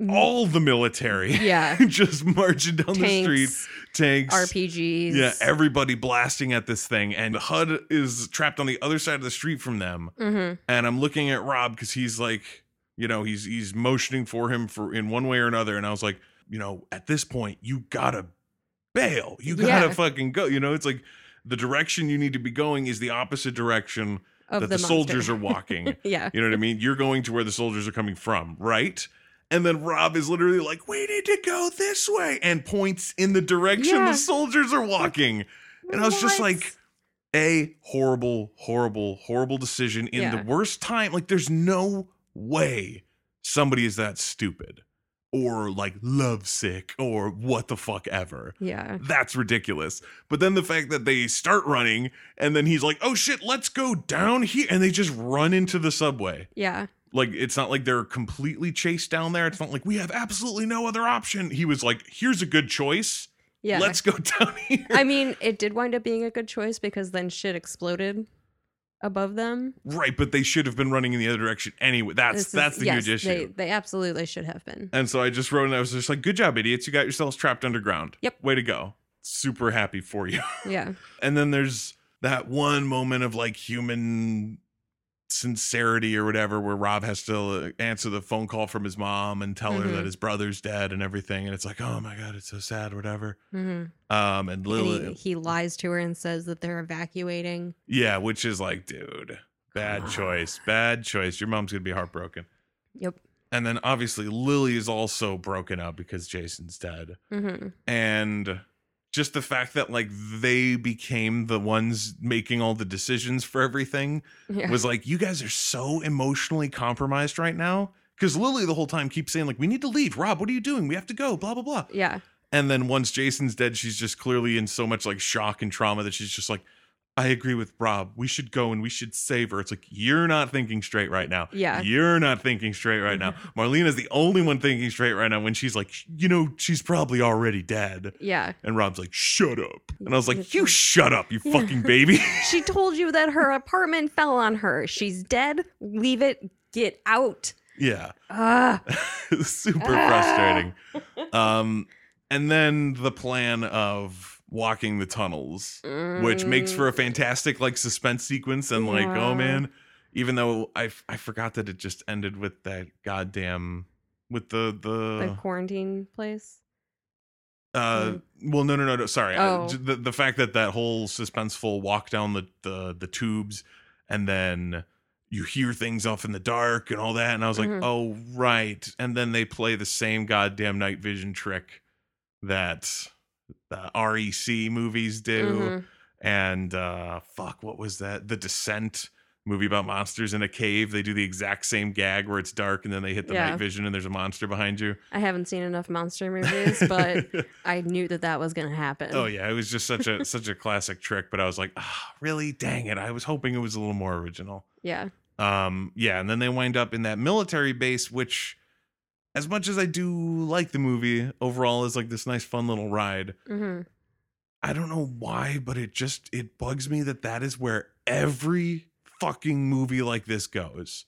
Speaker 2: Mm, <laughs>
Speaker 1: all the military <laughs>
Speaker 2: yeah.
Speaker 1: just marching down the street,
Speaker 2: Tanks,
Speaker 1: tanks,
Speaker 2: RPGs.
Speaker 1: yeah, everybody blasting at this thing, and HUD is trapped on the other side of the street from them,
Speaker 2: Mhm.
Speaker 1: and I'm looking at Rob because he's like, you know, he's he's motioning for him for in one way or another, and I was like, you know, at this point, you gotta bail, you gotta
Speaker 2: Yeah.
Speaker 1: fucking go, you know, it's like the direction you need to be going is the opposite direction
Speaker 2: Of
Speaker 1: that the,
Speaker 2: monster.
Speaker 1: soldiers are
Speaker 2: <laughs>
Speaker 1: walking.
Speaker 2: yeah.
Speaker 1: You know what I mean? You're going to where the soldiers are coming from, right? And then Rob is literally like, "We need to go this way," and points in the direction
Speaker 2: Yeah.
Speaker 1: the soldiers are walking. And I was just
Speaker 2: What?
Speaker 1: like, a horrible, horrible, horrible decision in
Speaker 2: Yeah.
Speaker 1: the worst time. Like, there's no way somebody is that stupid or like lovesick or what the fuck ever.
Speaker 2: Yeah.
Speaker 1: That's ridiculous. But then the fact that they start running and then he's like, oh shit, let's go down here. And they just run into the subway.
Speaker 2: Yeah.
Speaker 1: Like, it's not like they're completely chased down there. It's not like we have absolutely no other option. He was like, here's a good choice.
Speaker 2: Yeah.
Speaker 1: Let's go <laughs> down here.
Speaker 2: <laughs> I mean, it did wind up being a good choice because then shit exploded above them.
Speaker 1: right. But they should have been running in the other direction anyway. That's
Speaker 2: This is-
Speaker 1: that's the
Speaker 2: yes,
Speaker 1: huge issue.
Speaker 2: They, they absolutely should have been.
Speaker 1: And so I just wrote and I was just like, good job, idiots. You got yourselves trapped underground.
Speaker 2: Yep.
Speaker 1: Way to go. Super happy for you. <laughs>
Speaker 2: Yeah.
Speaker 1: And then there's that one moment of like human sincerity or whatever where Rob has to uh, answer the phone call from his mom and tell her
Speaker 2: Mhm.
Speaker 1: that his brother's dead and everything and it's like oh my god it's so sad whatever <laughs>
Speaker 2: hmm
Speaker 1: um and
Speaker 2: And
Speaker 1: Lily
Speaker 2: he, he lies to her and says that they're evacuating.
Speaker 1: yeah which is like dude bad
Speaker 2: Come on.
Speaker 1: choice bad choice your mom's going to be heartbroken
Speaker 2: Yep.
Speaker 1: and then obviously Lily is also broken up because Jason's dead
Speaker 2: hmm
Speaker 1: and just the fact that like they became the ones making all the decisions for everything
Speaker 2: Yeah.
Speaker 1: was like, you guys are so emotionally compromised right now. Because Lily the whole time keeps saying, like, we need to leave. Rob, what are you doing? We have to go, blah, blah, blah.
Speaker 2: yeah.
Speaker 1: And then once Jason's dead, she's just clearly in so much like shock and trauma that she's just like, I agree with Rob. We should go and we should save her. It's like, you're not thinking straight right now.
Speaker 2: Yeah. Mm-hmm.
Speaker 1: You're not thinking straight right now. Marlena's the only one thinking straight right now when she's like, you know, she's probably already dead.
Speaker 2: Yeah.
Speaker 1: And Rob's like, shut up. And I was like,
Speaker 2: Yeah.
Speaker 1: you shut up, you
Speaker 2: Yeah.
Speaker 1: fucking
Speaker 2: <laughs>
Speaker 1: baby.
Speaker 2: She told you that her apartment fell on her. She's dead. Leave it. Get out.
Speaker 1: yeah. <laughs>
Speaker 2: Ah.
Speaker 1: super
Speaker 2: <laughs> Ah.
Speaker 1: frustrating. Um, and then the plan of walking the tunnels, which makes for a fantastic like suspense sequence and like,
Speaker 2: Mm. Yeah.
Speaker 1: oh man, even though I f- I forgot that it just ended with that goddamn with the
Speaker 2: Mm. the
Speaker 1: the,
Speaker 2: quarantine place.
Speaker 1: uh
Speaker 2: mm.
Speaker 1: well no no no no sorry I-
Speaker 2: Oh.
Speaker 1: j- the the fact that that whole suspenseful walk down the the the tubes and then you hear things off in the dark and all that and I was like
Speaker 2: Mhm.
Speaker 1: oh right and then they play the same goddamn night vision trick that the REC movies do
Speaker 2: Mhm.
Speaker 1: and uh fuck what was that the descent movie about monsters in a cave they do the exact same gag where it's dark and then they hit the
Speaker 2: Yeah.
Speaker 1: night vision and there's a monster behind you
Speaker 2: I haven't seen enough
Speaker 1: <laughs>
Speaker 2: monster movies, but I knew that that was going to happen.
Speaker 1: Oh yeah, it was just such a such a classic trick, but I was like, ah, really? Dang it. I was hoping it was a little more original.
Speaker 2: Yeah.
Speaker 1: Um yeah, and then they wind up in that military base which as much as I do like the movie overall is like this nice fun little ride.
Speaker 2: hmm
Speaker 1: I don't know why, but it just it bugs me that that is where every fucking movie like this goes.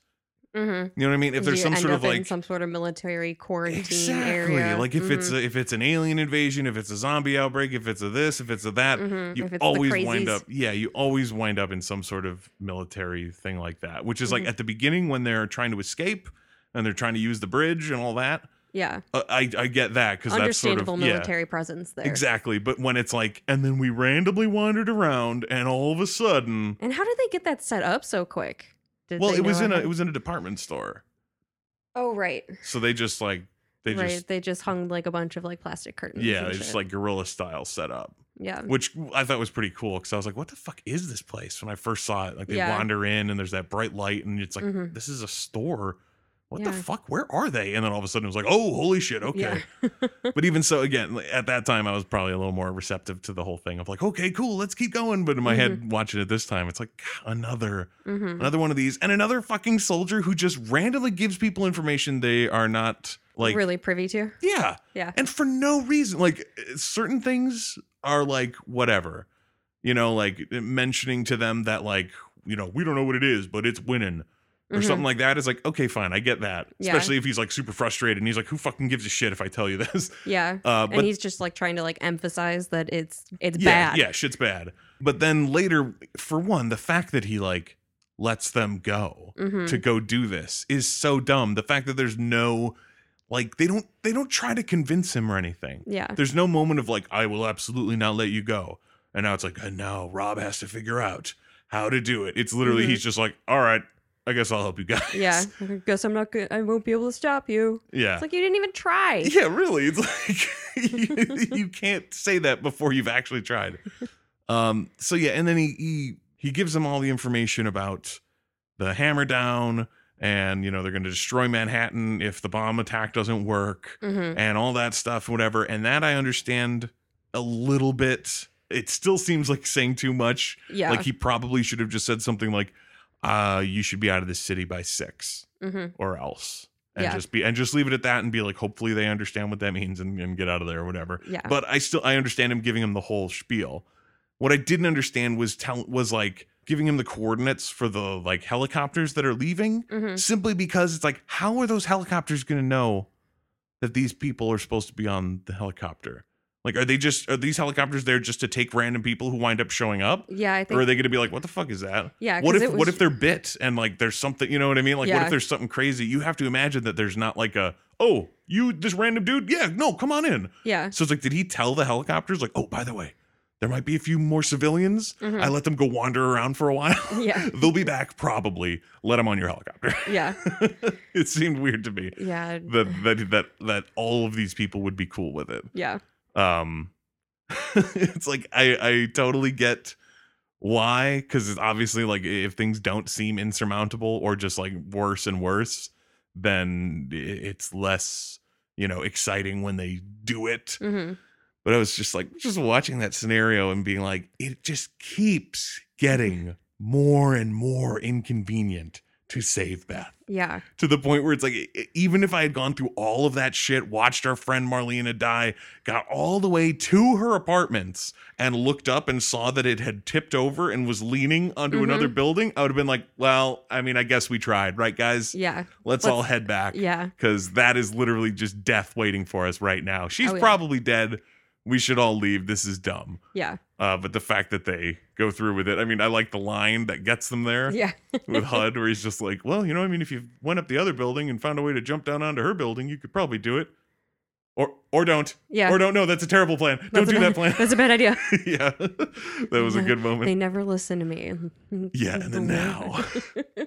Speaker 2: hmm
Speaker 1: You know what I mean? If there's
Speaker 2: you
Speaker 1: some
Speaker 2: end
Speaker 1: sort of
Speaker 2: up in
Speaker 1: like
Speaker 2: some sort of military quarantine
Speaker 1: exactly
Speaker 2: area. Mm-hmm.
Speaker 1: like if it's a, if it's an alien invasion, if it's a zombie outbreak, if it's a this, if it's a that,
Speaker 2: Mhm.
Speaker 1: you
Speaker 2: If it's the
Speaker 1: always wind
Speaker 2: crazies.
Speaker 1: up yeah you always wind up in some sort of military thing like that which is like
Speaker 2: Mhm.
Speaker 1: at the beginning when they're trying to escape and they're trying to use the bridge and all that
Speaker 2: yeah,
Speaker 1: uh, i i get that because that's sort of
Speaker 2: understandable
Speaker 1: yeah
Speaker 2: military presence there.
Speaker 1: exactly but when it's like and then we randomly wandered around and all of a sudden
Speaker 2: And how did they get that set up so quick? Did
Speaker 1: well
Speaker 2: they
Speaker 1: it was
Speaker 2: know
Speaker 1: in a
Speaker 2: ahead-
Speaker 1: it was in a department store
Speaker 2: oh right,
Speaker 1: so they just like they
Speaker 2: right.
Speaker 1: just
Speaker 2: they just hung like a bunch of like plastic curtains.
Speaker 1: yeah
Speaker 2: and
Speaker 1: it's just
Speaker 2: shit. Mm.
Speaker 1: like guerrilla style setup
Speaker 2: yeah,
Speaker 1: which I thought was pretty cool because I was like, "What the fuck is this place?" When I first saw it, like they
Speaker 2: Yeah.
Speaker 1: wander in and there's that bright light, and it's like,
Speaker 2: Mhm.
Speaker 1: "This is a store." What the
Speaker 2: Yeah.
Speaker 1: fuck? Where are they? And then all of a sudden it was like, "Oh, holy shit!" Okay,
Speaker 2: yeah.
Speaker 1: but even so, again, like, at that time I was probably a little more receptive to the whole thing of like, "Okay, cool, let's keep going." But in my
Speaker 2: Mm-hmm.
Speaker 1: head, watching it this time, it's like "God, another,
Speaker 2: Mhm.
Speaker 1: another one of these, and another fucking soldier who just randomly gives people information they are not like
Speaker 2: really privy to.
Speaker 1: yeah.
Speaker 2: Yeah.
Speaker 1: And for no reason. Like certain things are like whatever. you know, like mentioning to them that like, you know, we don't know what it is, but it's winning or
Speaker 2: Mhm.
Speaker 1: something like that is like, okay, fine, I get that.
Speaker 2: Yeah.
Speaker 1: Especially if he's like super frustrated and he's like, who fucking gives a shit if I tell you this? <laughs>
Speaker 2: Yeah.
Speaker 1: Uh,
Speaker 2: and
Speaker 1: but
Speaker 2: he's just like trying to like emphasize that it's it's
Speaker 1: yeah,
Speaker 2: bad.
Speaker 1: yeah, shit's bad. But then later, for one, the fact that he like lets them go
Speaker 2: Mhm.
Speaker 1: to go do this is so dumb. The fact that there's no like they don't they don't try to convince him or anything.
Speaker 2: Yeah.
Speaker 1: There's no moment of like, I will absolutely not let you go. And now it's like, and now Rob has to figure out how to do it. It's literally
Speaker 2: Mhm.
Speaker 1: he's just like, all right, I guess I'll help you guys.
Speaker 2: Yeah. I guess I'm not good. I won't be able to stop you.
Speaker 1: <laughs> Yeah.
Speaker 2: It's like you didn't even try.
Speaker 1: <laughs> yeah, really. It's like <laughs> you, you can't say that before you've actually tried. Um, so yeah, and then he he he gives them all the information about the hammer down and you know they're gonna destroy Manhattan if the bomb attack doesn't work
Speaker 2: hmm
Speaker 1: and all that stuff, whatever. And that I understand a little bit. It still seems like saying too much.
Speaker 2: Yeah.
Speaker 1: Like he probably should have just said something like, uh, you should be out of the city by six
Speaker 2: hmm
Speaker 1: or else. And
Speaker 2: Yeah.
Speaker 1: just be and just leave it at that and be like, hopefully they understand what that means and, and get out of there or whatever.
Speaker 2: Yeah.
Speaker 1: But I still I understand him giving him the whole spiel. What I didn't understand was tell was like giving him the coordinates for the like helicopters that are leaving
Speaker 2: hmm
Speaker 1: simply because it's like how are those helicopters going to know that these people are supposed to be on the helicopter like are they just are these helicopters there just to take random people who wind up showing up
Speaker 2: Yeah. I think.
Speaker 1: or are they going to be like what the fuck is that
Speaker 2: yeah.
Speaker 1: what if
Speaker 2: 'cause it
Speaker 1: what
Speaker 2: was-
Speaker 1: if they're bit and like there's something you know what i mean like what
Speaker 2: Yeah.
Speaker 1: if there's something crazy you have to imagine that there's not like a oh you this random dude yeah no come on in
Speaker 2: Yeah.
Speaker 1: so it's like did he tell the helicopters like oh by the way there might be a few more civilians
Speaker 2: Mhm.
Speaker 1: i let them go wander around for a while <laughs>
Speaker 2: Yeah.
Speaker 1: they'll be back probably let them on your helicopter <laughs>
Speaker 2: Yeah.
Speaker 1: it seemed weird to me
Speaker 2: Yeah.
Speaker 1: that that that that all of these people would be cool with it.
Speaker 2: yeah.
Speaker 1: Um <laughs> it's like I I totally get why cuz it's obviously like if things don't seem insurmountable or just like worse and worse then i- it's less, you know, exciting when they do it.
Speaker 2: hmm
Speaker 1: But I was just like just watching that scenario and being like it just keeps getting more and more inconvenient to save Beth
Speaker 2: Yeah.
Speaker 1: to the point where it's like e- even if I had gone through all of that shit, watched our friend Marlena die, got all the way to her apartments and looked up and saw that it had tipped over and was leaning onto
Speaker 2: Mhm.
Speaker 1: another building, I would have been like, well, I mean, I guess we tried, right guys?
Speaker 2: Yeah.
Speaker 1: Let's,
Speaker 2: let's-
Speaker 1: all head back
Speaker 2: Yeah.
Speaker 1: cuz that is literally just death waiting for us right now. She's
Speaker 2: Oh, yeah.
Speaker 1: probably dead. We should all leave. This is dumb.
Speaker 2: Yeah.
Speaker 1: Uh, but the fact that they go through with it, I mean, I like the line that gets them there
Speaker 2: Yeah. <laughs>
Speaker 1: with HUD, where he's just like, well, you know, I mean, if you went up the other building and found a way to jump down onto her building, you could probably do it. Or or don't.
Speaker 2: Yeah.
Speaker 1: Or don't. No, that's a terrible plan. don't
Speaker 2: That's a
Speaker 1: do that
Speaker 2: bad- <laughs>
Speaker 1: plan. <laughs>
Speaker 2: That's a bad idea.
Speaker 1: yeah. that was a
Speaker 2: Yeah.
Speaker 1: good moment.
Speaker 2: They never listen to me. <laughs>
Speaker 1: Yeah. And then
Speaker 2: The way-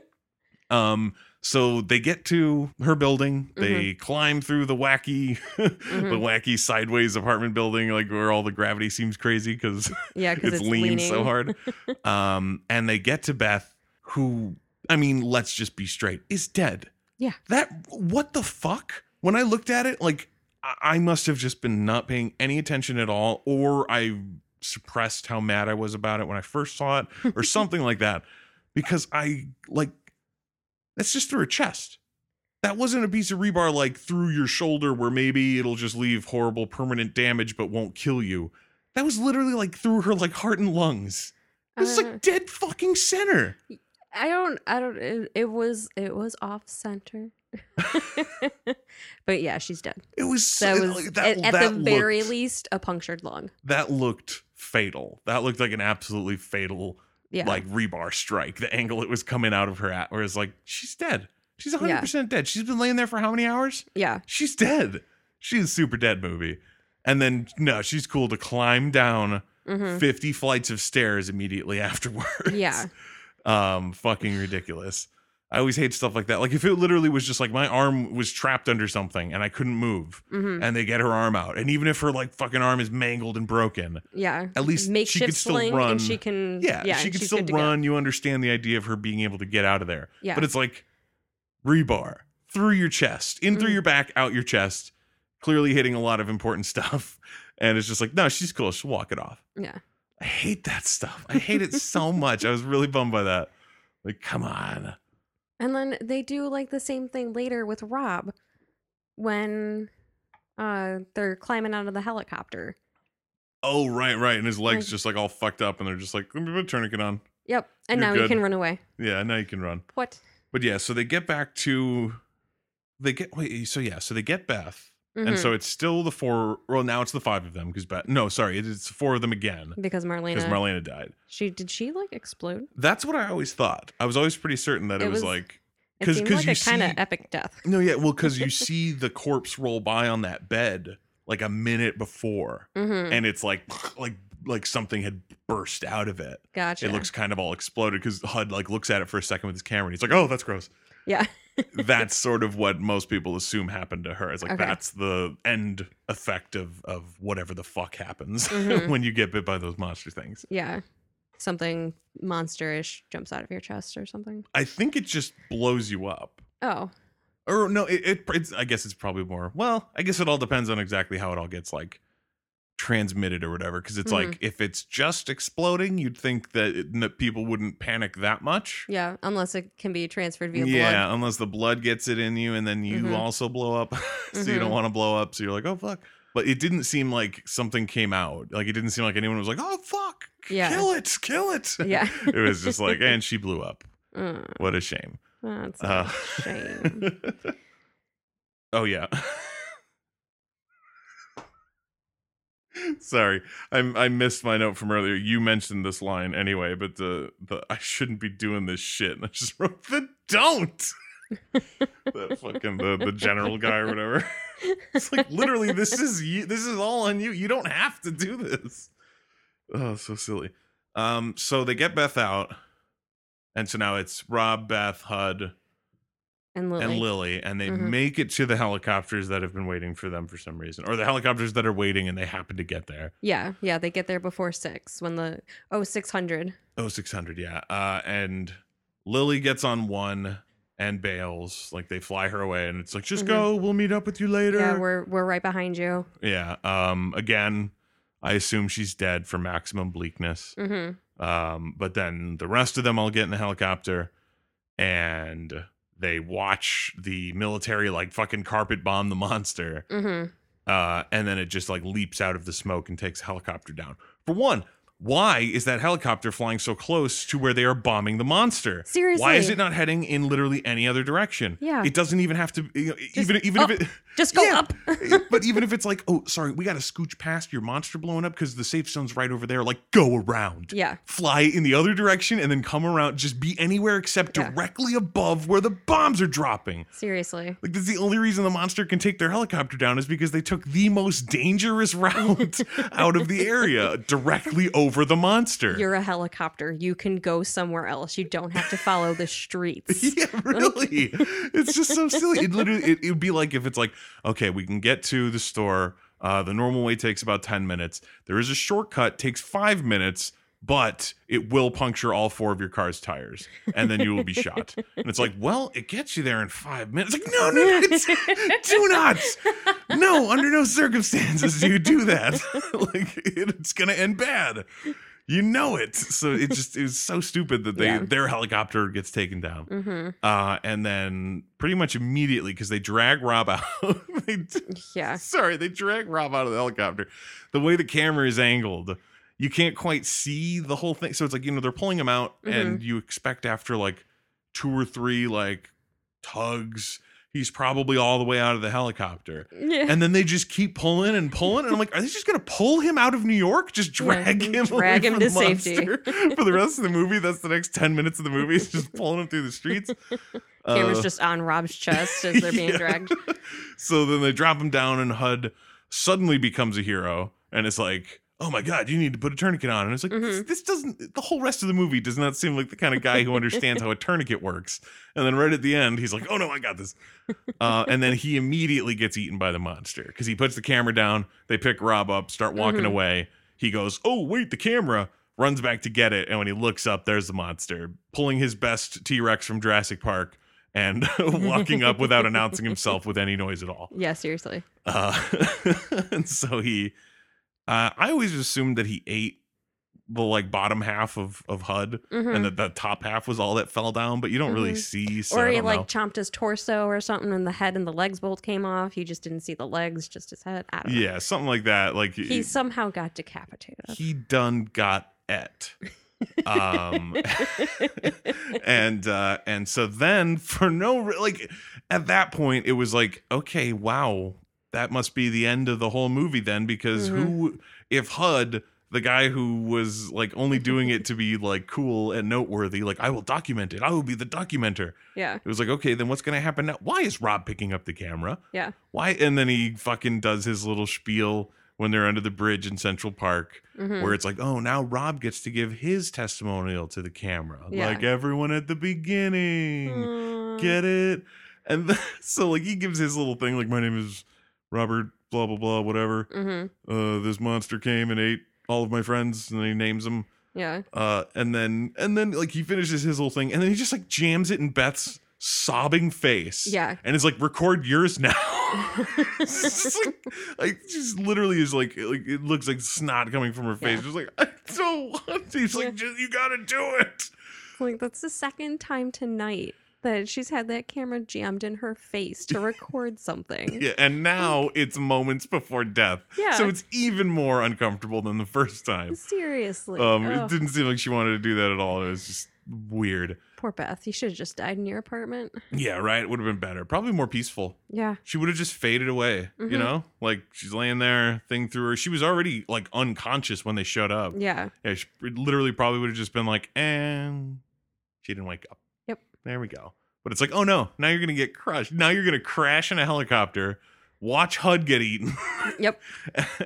Speaker 1: now. <laughs> um, so they get to her building. They
Speaker 2: Mm-hmm.
Speaker 1: climb through the wacky, <laughs> the
Speaker 2: Mhm.
Speaker 1: wacky sideways apartment building, like where all the gravity seems crazy because
Speaker 2: Yeah,
Speaker 1: <laughs>
Speaker 2: because
Speaker 1: it's,
Speaker 2: it's,
Speaker 1: lean
Speaker 2: leaning.
Speaker 1: so hard.
Speaker 2: <laughs>
Speaker 1: um, and they get to Beth, who I mean, let's just be straight, is dead.
Speaker 2: Yeah.
Speaker 1: That what the fuck? When I looked at it, like I, I must have just been not paying any attention at all, or I suppressed how mad I was about it when I first saw it, or
Speaker 2: <laughs>
Speaker 1: something like that. Because I like that's just through her chest. That wasn't a piece of rebar like through your shoulder where maybe it'll just leave horrible permanent damage but won't kill you. That was literally like through her like heart and lungs. It was
Speaker 2: Uh,
Speaker 1: like dead fucking center.
Speaker 2: I don't. I don't. It, it was. It was off center. <laughs> but yeah,
Speaker 1: <laughs>
Speaker 2: she's dead.
Speaker 1: It was
Speaker 2: That
Speaker 1: it-
Speaker 2: was
Speaker 1: like,
Speaker 2: at, at the
Speaker 1: looked,
Speaker 2: very least a punctured lung.
Speaker 1: that looked fatal. That looked like an absolutely fatal
Speaker 2: Yeah.
Speaker 1: like rebar strike. The angle it was coming out of her at where it's like she's dead. She's 100% dead. She's been laying there for how many hours?
Speaker 2: yeah.
Speaker 1: she's dead. She's super dead movie. And then no, she's cool to climb down <laughs>
Speaker 2: hmm
Speaker 1: 50 flights of stairs immediately afterwards.
Speaker 2: Yeah.
Speaker 1: Um fucking ridiculous. I always hate stuff like that. Like if it literally was just like my arm was trapped under something and I couldn't move
Speaker 2: hmm
Speaker 1: and they get her arm out. And even if her like fucking arm is mangled and broken,
Speaker 2: Yeah.
Speaker 1: at least she could
Speaker 2: makeshift
Speaker 1: still
Speaker 2: sling,
Speaker 1: run.
Speaker 2: and she can.
Speaker 1: yeah, she
Speaker 2: and
Speaker 1: can
Speaker 2: she's
Speaker 1: still
Speaker 2: good to go.
Speaker 1: run. You understand the idea of her being able to get out of there.
Speaker 2: Yeah.
Speaker 1: But it's like rebar through your chest, in through
Speaker 2: Mhm.
Speaker 1: your back, out your chest, clearly hitting a lot of important <laughs> stuff. And it's just like, no, she's cool. She'll walk it off.
Speaker 2: Yeah.
Speaker 1: I hate that stuff. I hate it
Speaker 2: <laughs>
Speaker 1: so much. I was really bummed by that. Like, come on.
Speaker 2: And then they do like the same thing later with Rob when uh they're climbing out of the helicopter.
Speaker 1: Oh, right, right. And his legs
Speaker 2: Like-
Speaker 1: just like all fucked up, and they're just like, let me put a tourniquet on.
Speaker 2: Yep. And
Speaker 1: You're
Speaker 2: now
Speaker 1: good.
Speaker 2: you can run away.
Speaker 1: Yeah, now you can run.
Speaker 2: What?
Speaker 1: But yeah, so they get back to they get wait, so yeah, so they get Beth. And
Speaker 2: Mhm.
Speaker 1: so it's still the four well, now it's the five of them because Beth no, sorry, it- it's four of them again.
Speaker 2: Mm-hmm. because Marlena,
Speaker 1: Because Marlena died.
Speaker 2: she did she like explode?
Speaker 1: That's what I always thought. I was always pretty certain that it,
Speaker 2: It
Speaker 1: was,
Speaker 2: was-
Speaker 1: like
Speaker 2: It
Speaker 1: 'Cause-
Speaker 2: seemed
Speaker 1: 'cause
Speaker 2: like
Speaker 1: you
Speaker 2: a kind of
Speaker 1: see-
Speaker 2: epic death.
Speaker 1: No, yeah, well, because
Speaker 2: <laughs>
Speaker 1: you see the corpse roll by on that bed like a minute before.
Speaker 2: Mm-hmm.
Speaker 1: And it's like <sniffs> like like something had burst out of it.
Speaker 2: Gotcha.
Speaker 1: It looks kind of all exploded because HUD like looks at it for a second with his camera and he's like, Oh, that's gross.
Speaker 2: yeah. <laughs>
Speaker 1: that's sort of what most people assume happened to her. It's like
Speaker 2: Okay.
Speaker 1: that's the end effect of of whatever the fuck happens <laughs>
Speaker 2: Mhm.
Speaker 1: when you get bit by those monster things.
Speaker 2: Yeah. Something monsterish jumps out of your chest or something.
Speaker 1: I think it just blows you up.
Speaker 2: Oh.
Speaker 1: Or no, it, it it's, I guess it's probably more. Well, I guess it all depends on exactly how it all gets like transmitted or whatever because it's
Speaker 2: Mm-hmm.
Speaker 1: like if it's just exploding, you'd think that, it, that people wouldn't panic that much.
Speaker 2: Yeah. Unless it can be transferred via blood.
Speaker 1: Yeah, unless the blood gets it in you and then you
Speaker 2: Mhm.
Speaker 1: also blow up. <laughs> so you don't
Speaker 2: Mhm.
Speaker 1: want to blow up. So you're like, oh, fuck. But it didn't seem like something came out. Like it didn't seem like anyone was like, oh, fuck.
Speaker 2: Yeah.
Speaker 1: Kill it. Kill it.
Speaker 2: <laughs> Yeah.
Speaker 1: <laughs> it was just like, and she blew up.
Speaker 2: Mm,
Speaker 1: What a shame.
Speaker 2: that's a
Speaker 1: Uh,
Speaker 2: shame.
Speaker 1: <laughs> oh, yeah. <laughs> Sorry, I I missed my note from earlier. You mentioned this line anyway, but the the I shouldn't be doing this shit, and I just <laughs> wrote the don't. <laughs> that fucking the the general guy or whatever. <laughs> it's like literally
Speaker 2: <laughs>
Speaker 1: this is you, this is all on you. You don't have to do this. Oh, so silly. Um, so they get Beth out, and so now it's Rob, Beth, Hud,
Speaker 2: And Lily.
Speaker 1: and Lily, and they
Speaker 2: Mhm.
Speaker 1: make it to the helicopters that have been waiting for them for some reason, or the helicopters that are waiting and they happen to get there.
Speaker 2: yeah. Yeah. They get there before six when the oh six hundred.
Speaker 1: Oh, 600, yeah. Uh, and Lily gets on one and bails. Like they fly her away, and it's like, just
Speaker 2: Mhm.
Speaker 1: go. We'll meet up with you later.
Speaker 2: Yeah, we're we're right behind you.
Speaker 1: Yeah. Um. Again, I assume she's dead for maximum bleakness.
Speaker 2: hmm
Speaker 1: Um. But then the rest of them all get in the helicopter, and they watch the military like fucking carpet bomb the monster.
Speaker 2: hmm
Speaker 1: Uh. And then it just like leaps out of the smoke and takes a helicopter down. For one, why is that helicopter flying so close to where they are bombing the monster?
Speaker 2: Seriously.
Speaker 1: Why is it not heading in literally any other direction?
Speaker 2: Yeah.
Speaker 1: It doesn't even have to. You know, even even
Speaker 2: up.
Speaker 1: if it.
Speaker 2: Just go
Speaker 1: Yeah.
Speaker 2: up.
Speaker 1: <laughs> but even if it's like, oh, sorry, we got to scooch past your monster blowing up because the safe zone's right over there. Like, go around,
Speaker 2: Yeah.
Speaker 1: fly in the other direction, and then come around. Just be anywhere except
Speaker 2: Yeah.
Speaker 1: directly above where the bombs are dropping.
Speaker 2: Seriously.
Speaker 1: Like, that's the only reason the monster can take their helicopter down is because they took the most dangerous <laughs> route out of the area, directly over the monster.
Speaker 2: You're a helicopter. You can go somewhere else. You don't have to follow the
Speaker 1: <laughs>
Speaker 2: streets.
Speaker 1: yeah, really. it's just so silly. It literally it, it would be like if it's like, okay, we can get to the store. Uh, the normal way takes about 10 minutes. There is a shortcut, takes five minutes, but it will puncture all four of your car's tires. And then you will be shot. And it's like, well, it gets you there in five minutes. It's like, no, no, no, it's, do not. No, under no circumstances do you do that. <laughs> like it, it's gonna end bad. You know it. So it just is so stupid that they
Speaker 2: Yeah.
Speaker 1: their helicopter gets taken down.
Speaker 2: hmm
Speaker 1: Uh, and then pretty much immediately, because they drag Rob <laughs> out. they,
Speaker 2: Yeah.
Speaker 1: sorry, they drag Rob out of the helicopter. The way the camera is angled, you can't quite see the whole thing. So it's like, you know, they're pulling him out, and you expect after like two or three like tugs, he's probably all the way out of the helicopter.
Speaker 2: <laughs> Yeah.
Speaker 1: And then they just keep pulling and pulling. And I'm like, are they just going to pull him out of New York? Just drag
Speaker 2: Yeah,
Speaker 1: him,
Speaker 2: drag
Speaker 1: away
Speaker 2: him
Speaker 1: from
Speaker 2: to
Speaker 1: the
Speaker 2: safety.
Speaker 1: monster? <laughs> For the rest of the movie, that's the next 10 minutes of the movie. It's just pulling him through the streets.
Speaker 2: Camera's
Speaker 1: Uh,
Speaker 2: just on Rob's chest as they're being
Speaker 1: <laughs> yeah.
Speaker 2: dragged.
Speaker 1: so then they drop him down, and HUD suddenly becomes a hero. And it's like, oh my God, you need to put a tourniquet on. And it's like, this,
Speaker 2: Mhm.
Speaker 1: this doesn't, the whole rest of the movie does not seem like the kind of guy who understands how a tourniquet works. And then right at the end, he's like, oh no, I got this. Uh, and then he immediately gets eaten by the monster because he puts the camera down. They pick Rob up, start walking
Speaker 2: Mhm.
Speaker 1: away. He goes, oh, wait, the camera. Runs back to get it. And when he looks up, there's the monster pulling his best T Rex from Jurassic Park and <laughs> walking up without announcing himself with any noise at all.
Speaker 2: Yeah, seriously.
Speaker 1: <laughs> Uh, and so he, uh, I always assumed that he ate the like bottom half of of HUD,
Speaker 2: Mhm.
Speaker 1: and that the top half was all that fell down, but you don't really
Speaker 2: Mhm.
Speaker 1: see. So
Speaker 2: or
Speaker 1: I
Speaker 2: he
Speaker 1: don't
Speaker 2: like
Speaker 1: know.
Speaker 2: chomped his torso or something, and the head and the legs both came off. You just didn't see the legs, just his head. I don't know.
Speaker 1: yeah, something like that. Like
Speaker 2: He somehow got decapitated. <laughs>
Speaker 1: he done got et. Um, <laughs> and uh and so then for no re- like at that point it was like okay wow that must be the end of the whole movie then because who if hud the guy who was like only doing it to be like cool and noteworthy like i will document it i will be the documenter
Speaker 2: yeah.
Speaker 1: it was like okay then what's gonna happen now why is rob picking up the camera
Speaker 2: Yeah.
Speaker 1: why and then he fucking does his little spiel when they're under the bridge in central park
Speaker 2: Mhm.
Speaker 1: where it's like, oh, now Rob gets to give his testimonial to the camera,
Speaker 2: Yeah.
Speaker 1: like everyone at the beginning.
Speaker 2: Mm.
Speaker 1: Get it? And then, <laughs> so, like, he gives his little thing, like, my name is Robert, blah, blah, blah, whatever.
Speaker 2: Mhm.
Speaker 1: Uh, this monster came and ate all of my friends, and then he names them.
Speaker 2: Yeah.
Speaker 1: Uh, and then, and then, like, he finishes his little thing, and then he just, like, jams it in Beth's sobbing face.
Speaker 2: Yeah.
Speaker 1: And is like, record yours now. It's just like, like just literally is like like it looks like snot coming from her face.
Speaker 2: Yeah.
Speaker 1: Just like I don't want to. She's like, just, you gotta do it.
Speaker 2: <laughs> like that's the second time tonight that she's had that camera jammed in her face to record
Speaker 1: <laughs>
Speaker 2: something.
Speaker 1: Yeah, and now it's moments before death.
Speaker 2: Yeah.
Speaker 1: So it's even more uncomfortable than the first time.
Speaker 2: Seriously.
Speaker 1: Um, it
Speaker 2: Ugh.
Speaker 1: didn't seem like she wanted to do that at all. It was just weird.
Speaker 2: Poor Beth. You should have just died in your apartment.
Speaker 1: Yeah, right. It would have been better. Probably more peaceful.
Speaker 2: Yeah.
Speaker 1: She would have just faded away. You
Speaker 2: Mhm.
Speaker 1: know, like she's laying there, thing through her. She was already like unconscious when they showed up.
Speaker 2: Yeah.
Speaker 1: Yeah, she pr- literally probably would have just been like, and she didn't wake up.
Speaker 2: Yep.
Speaker 1: There we go. But it's like, oh no, now you're gonna get crushed. Now you're gonna crash in a helicopter, watch HUD get eaten, <laughs>
Speaker 2: Yep.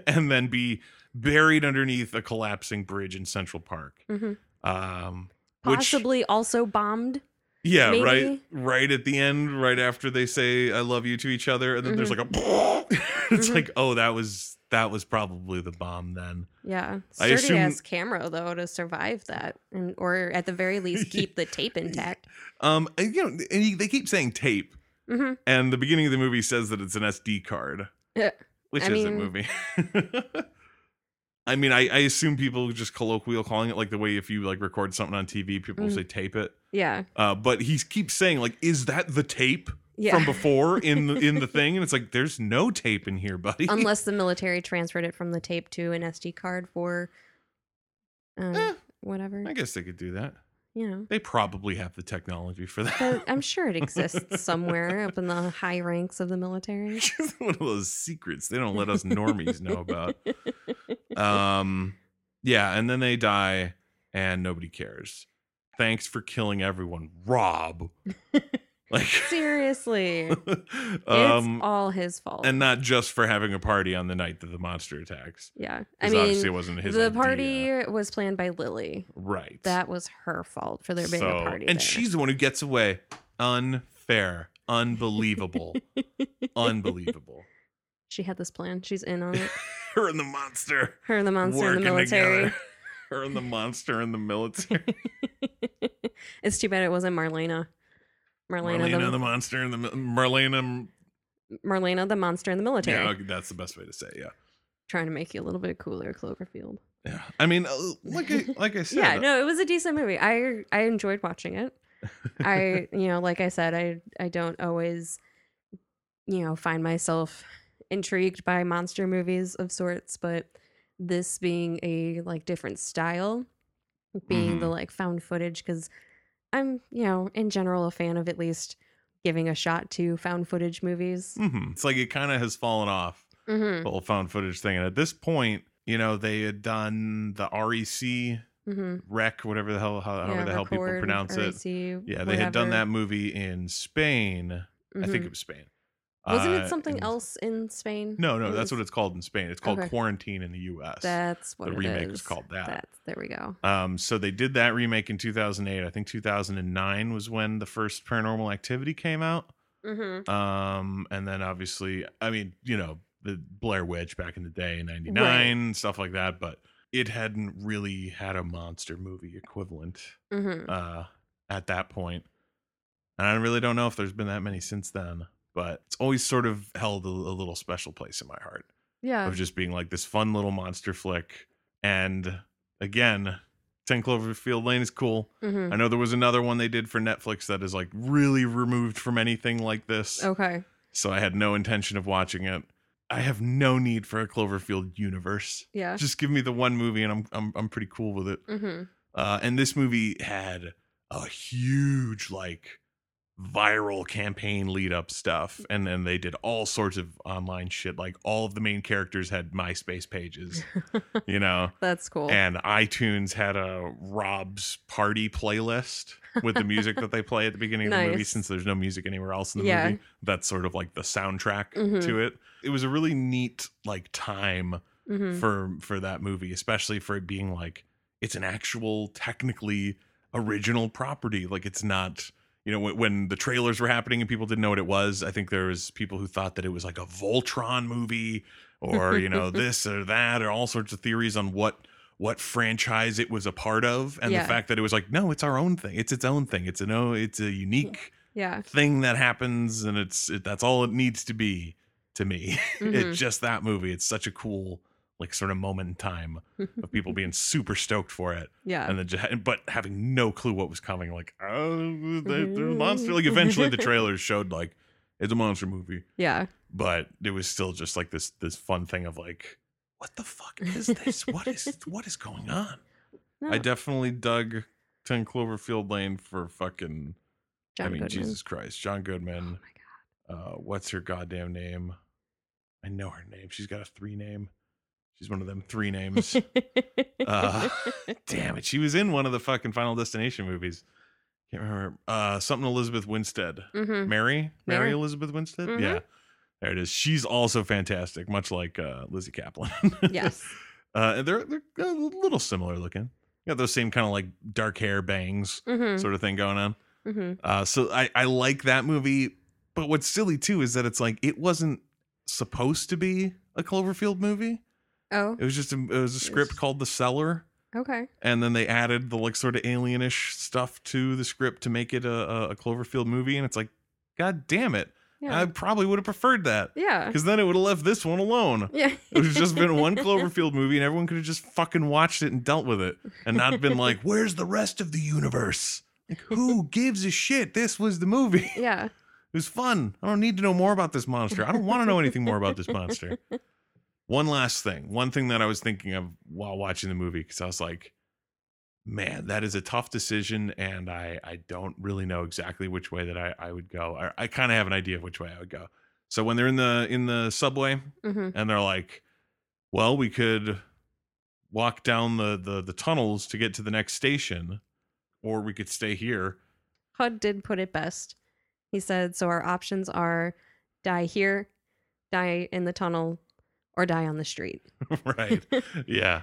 Speaker 1: and then be buried underneath a collapsing bridge in Central Park.
Speaker 2: hmm
Speaker 1: Um which,
Speaker 2: Possibly also bombed.
Speaker 1: yeah, right
Speaker 2: maybe.
Speaker 1: right at the end, right after they say I love you to each other, and then there's
Speaker 2: Mm-hmm.
Speaker 1: like a <laughs> it's
Speaker 2: Mhm.
Speaker 1: like, oh, that was that was probably the bomb then.
Speaker 2: Yeah.
Speaker 1: I
Speaker 2: Sturdy
Speaker 1: assume-
Speaker 2: ass camera though to survive that, and or at the very least keep the tape intact.
Speaker 1: <laughs> Um and, you know, and he- they keep saying tape.
Speaker 2: hmm
Speaker 1: And the beginning of the movie says that it's an SD card.
Speaker 2: Yeah.
Speaker 1: Which
Speaker 2: I
Speaker 1: is a
Speaker 2: mean-
Speaker 1: movie. <laughs> I mean, I, I assume people just colloquial calling it like the way if you like record something on TV, people
Speaker 2: Mm.
Speaker 1: say tape it.
Speaker 2: Yeah.
Speaker 1: Uh, but he keeps saying like, "Is that the tape
Speaker 2: Yeah.
Speaker 1: from before in the in the thing?" And it's like, "There's no tape in here, buddy."
Speaker 2: <laughs> Unless the military transferred it from the tape to an SD card for
Speaker 1: <laughs>
Speaker 2: um,
Speaker 1: Eh.
Speaker 2: whatever.
Speaker 1: I guess they could do that.
Speaker 2: you know.
Speaker 1: They probably have the technology for
Speaker 2: But
Speaker 1: that.
Speaker 2: I'm sure it exists somewhere up in the high ranks of
Speaker 1: <laughs>
Speaker 2: the military.
Speaker 1: Just one of those secrets they don't let us normies know
Speaker 2: <laughs>
Speaker 1: about. um yeah and then they die and nobody cares thanks for killing everyone
Speaker 2: <laughs>
Speaker 1: rob like <laughs>
Speaker 2: Seriously.
Speaker 1: um
Speaker 2: it's all his fault.
Speaker 1: and not just for having a party on the night that the monster attacks
Speaker 2: yeah. I
Speaker 1: because obviously it
Speaker 2: mean,
Speaker 1: wasn't his
Speaker 2: the
Speaker 1: idea.
Speaker 2: party was planned by Lily.
Speaker 1: right
Speaker 2: That was her fault for there being
Speaker 1: So-
Speaker 2: a party.
Speaker 1: and
Speaker 2: there.
Speaker 1: she's the one who gets away unfair
Speaker 2: <laughs>
Speaker 1: unbelievable unbelievable
Speaker 2: she had this plan. She's in
Speaker 1: <laughs>
Speaker 2: on it.
Speaker 1: her and the monster
Speaker 2: Her and the monster in
Speaker 1: working
Speaker 2: the military.
Speaker 1: together <laughs> her and the monster in the
Speaker 2: <laughs>
Speaker 1: military
Speaker 2: it's too bad it wasn't Marlena. Marlena,
Speaker 1: Marlena, the,
Speaker 2: the,
Speaker 1: monster and the mi- Marlena
Speaker 2: Marlena the monster in the military.
Speaker 1: Yeah, okay, that's the best way to say. It, yeah,
Speaker 2: Trying to make you a little bit cooler, Cloverfield.
Speaker 1: yeah. I mean, uh, like
Speaker 2: <laughs>
Speaker 1: I, like I said, <laughs>
Speaker 2: yeah no it was a decent movie i i enjoyed watching it i you know like i said i i don't always you know find myself intrigued by monster movies of sorts but this being a like different style being
Speaker 1: Mm-hmm.
Speaker 2: the like found footage because i'm you know in general a fan of at least giving a shot to found footage movies
Speaker 1: mhm. it's like it kind of has fallen off
Speaker 2: mm-hmm,
Speaker 1: the whole found footage thing. And at this point, you know, they had done the E REC
Speaker 2: mm-hmm.
Speaker 1: wreck, whatever the hell, how, however the hell people pronounce
Speaker 2: E
Speaker 1: it. Yeah, they had done that movie in Spain. I think it was Spain.
Speaker 2: Mm-hmm. wasn't
Speaker 1: Uh,
Speaker 2: it something
Speaker 1: and-
Speaker 2: else in spain
Speaker 1: No, no,
Speaker 2: It
Speaker 1: that's
Speaker 2: was-
Speaker 1: what it's called in Spain. It's called
Speaker 2: Okay.
Speaker 1: Quarantine in the U.S.
Speaker 2: That's what
Speaker 1: the
Speaker 2: it
Speaker 1: remake was
Speaker 2: is.
Speaker 1: called that.
Speaker 2: That's there we go.
Speaker 1: Um, so they did that remake in 2008. I think 2009 was when the first Paranormal Activity came out.
Speaker 2: Mm-hmm.
Speaker 1: Um, and then obviously, I mean, you know, the Blair Witch back in the day, '99, stuff like that. But it hadn't really had a monster movie equivalent
Speaker 2: Mm-hmm.
Speaker 1: uh, at that point, and I really don't know if there's been that many since then. But it's always sort of held a, a little special place in my heart
Speaker 2: Yeah.
Speaker 1: of just being like this fun little monster flick, and again, Ten Cloverfield Lane is cool.
Speaker 2: hmm
Speaker 1: I know there was another one they did for Netflix that is like really removed from anything like this.
Speaker 2: Okay.
Speaker 1: So I had no intention of watching it. I have no need for a Cloverfield universe.
Speaker 2: Yeah.
Speaker 1: Just give me the one movie and I'm I'm I'm pretty cool with it.
Speaker 2: hmm
Speaker 1: Uh, and this movie had a huge like viral campaign lead up stuff
Speaker 2: Mm.
Speaker 1: and then they did all sorts of online shit like all of the main characters had myspace
Speaker 2: <laughs>
Speaker 1: pages you know
Speaker 2: That's cool.
Speaker 1: and itunes had a rob's party playlist with the music that they play at the beginning of the movie
Speaker 2: Nice.
Speaker 1: since there's no music anywhere else in the
Speaker 2: Yeah.
Speaker 1: movie that's sort of like the soundtrack
Speaker 2: Mhm.
Speaker 1: to it it was a really neat like time
Speaker 2: hmm
Speaker 1: for for that movie, especially for it being like it's an actual technically original property. Like it's not you know when, when the trailers were happening and people didn't know what it was. I think there was people who thought that it was like a Voltron movie or you know this or that or all sorts of theories on what what franchise it was a part of and
Speaker 2: Yeah.
Speaker 1: the fact that it was like no it's our own thing it's its own thing it's a no it's a unique
Speaker 2: Yeah.
Speaker 1: thing that happens and it's it, that's all it needs to be to me
Speaker 2: Mhm.
Speaker 1: it's just that movie it's such a cool like sort of moment in time of people being super stoked for it
Speaker 2: <laughs> Mm-hmm. yeah.
Speaker 1: and then just, but having no clue what was coming like oh they they're a monster like eventually the
Speaker 2: Mm-hmm.
Speaker 1: trailers showed like it's a monster movie
Speaker 2: Yeah.
Speaker 1: but it was still just like this this fun thing of like what the fuck is this what
Speaker 2: <laughs>
Speaker 1: is what is going on
Speaker 2: No,
Speaker 1: i definitely dug 10 cloverfield lane for fucking
Speaker 2: John
Speaker 1: i mean
Speaker 2: Goodman.
Speaker 1: jesus christ john
Speaker 2: Oh my
Speaker 1: goodman
Speaker 2: God.
Speaker 1: uh what's her goddamn name i know her name she's got a three name she's one of them three names <laughs>
Speaker 2: <laughs>
Speaker 1: Uh, <laughs> damn it she was in one of the fucking final destination movies can't remember uh something elizabeth winstead mary
Speaker 2: Mhm.
Speaker 1: mary,
Speaker 2: Mary.
Speaker 1: elizabeth winstead
Speaker 2: Mhm.
Speaker 1: yeah there it is she's also fantastic much like uh lizzie kaplan
Speaker 2: Yes.
Speaker 1: <laughs> uh and they're they're a little similar looking got those same kind of like dark hair bangs
Speaker 2: Mm-hmm.
Speaker 1: sort of thing going on
Speaker 2: hmm
Speaker 1: uh, so I, I like that movie. But what's silly too is that it's like it wasn't supposed to be a Cloverfield movie.
Speaker 2: Oh.
Speaker 1: It was just a, it was a script
Speaker 2: Yes.
Speaker 1: called The Cellar,
Speaker 2: Okay.
Speaker 1: and then they added the like sort of alienish stuff to the script to make it a, a, a Cloverfield movie. And it's like, god damn it,
Speaker 2: Yeah.
Speaker 1: I probably would have preferred that <laughs>
Speaker 2: yeah.
Speaker 1: because then it would have left this one alone.
Speaker 2: Yeah.
Speaker 1: It would have just been one Cloverfield movie, and everyone could have just fucking watched it and dealt with it, and not been like, "Where's the rest of the universe? Like, who gives a shit? This was the movie."
Speaker 2: <laughs> yeah.
Speaker 1: It was fun. I don't need to know more about this monster. I don't want to know anything more about this monster. One last thing. One thing that I was thinking of while watching the movie because I was like, man, that is a tough decision, and I I don't really know exactly which way that I I would go. I, I kind of have an idea of which way I would go. So when they're in the in the subway
Speaker 2: hmm
Speaker 1: and they're like, well, we could walk down the the the tunnels to get to the next station, or we could stay here. <laughs>
Speaker 2: Hud did put it best. He said, "So our options are die here, die in the tunnel, or die on the street."
Speaker 1: right. Yeah.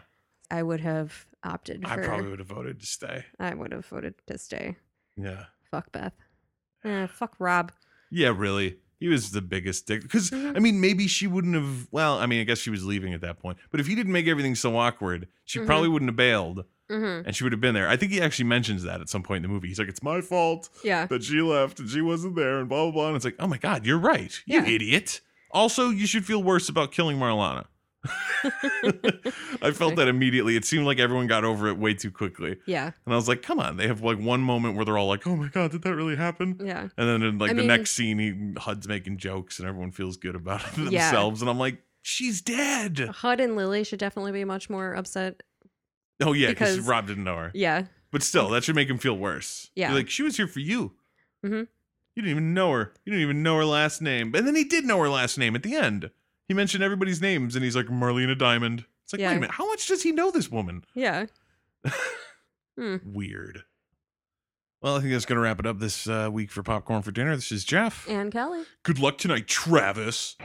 Speaker 2: I would have opted
Speaker 1: I
Speaker 2: for.
Speaker 1: probably would have voted to stay.
Speaker 2: I would have voted to stay.
Speaker 1: Yeah.
Speaker 2: Fuck Beth. Eh, fuck Rob.
Speaker 1: Yeah, really. He was the biggest dick. Because,
Speaker 2: Mhm.
Speaker 1: I mean, maybe she wouldn't have. Well, I mean, I guess she was leaving at that point. But if he didn't make everything so awkward, she
Speaker 2: Mhm.
Speaker 1: probably wouldn't have bailed
Speaker 2: hmm
Speaker 1: and she would have been there. I think he actually mentions that at some point in the movie. He's like, it's my fault
Speaker 2: Yeah.
Speaker 1: that she left and she wasn't there and blah, blah, blah. And it's like, oh my God, you're right. You
Speaker 2: Yeah.
Speaker 1: idiot. Also, you should feel worse about killing
Speaker 2: <laughs>
Speaker 1: Marlana. <laughs> I felt that immediately. It seemed like everyone got over it way too quickly.
Speaker 2: Yeah.
Speaker 1: And I was like, come on. They have like one moment where they're all like, oh my God, did that really happen?
Speaker 2: Yeah.
Speaker 1: And then in like
Speaker 2: I
Speaker 1: the
Speaker 2: mean-
Speaker 1: next scene, he Hud's making jokes and everyone feels good about <laughs> it
Speaker 2: Yeah.
Speaker 1: themselves. And I'm like, she's dead.
Speaker 2: Hud and Lily should definitely be much more upset.
Speaker 1: Oh yeah, because
Speaker 2: Because-
Speaker 1: Rob didn't know her.
Speaker 2: Yeah.
Speaker 1: But still, that should make him feel worse.
Speaker 2: Yeah.
Speaker 1: Be like she was here for you.
Speaker 2: Mhm.
Speaker 1: You didn't even know her. You didn't even know her last name. And then he did know her last name at the end. He mentioned everybody's names and he's like Marlena Diamond. It's like,
Speaker 2: Yeah.
Speaker 1: wait a minute, how much does he know this woman?
Speaker 2: Yeah. Hmm.
Speaker 1: Weird. Well, I think that's going to wrap it up this uh, week for Popcorn for Dinner. This is Jeff.
Speaker 2: And Kelly.
Speaker 1: Good luck tonight, Travis.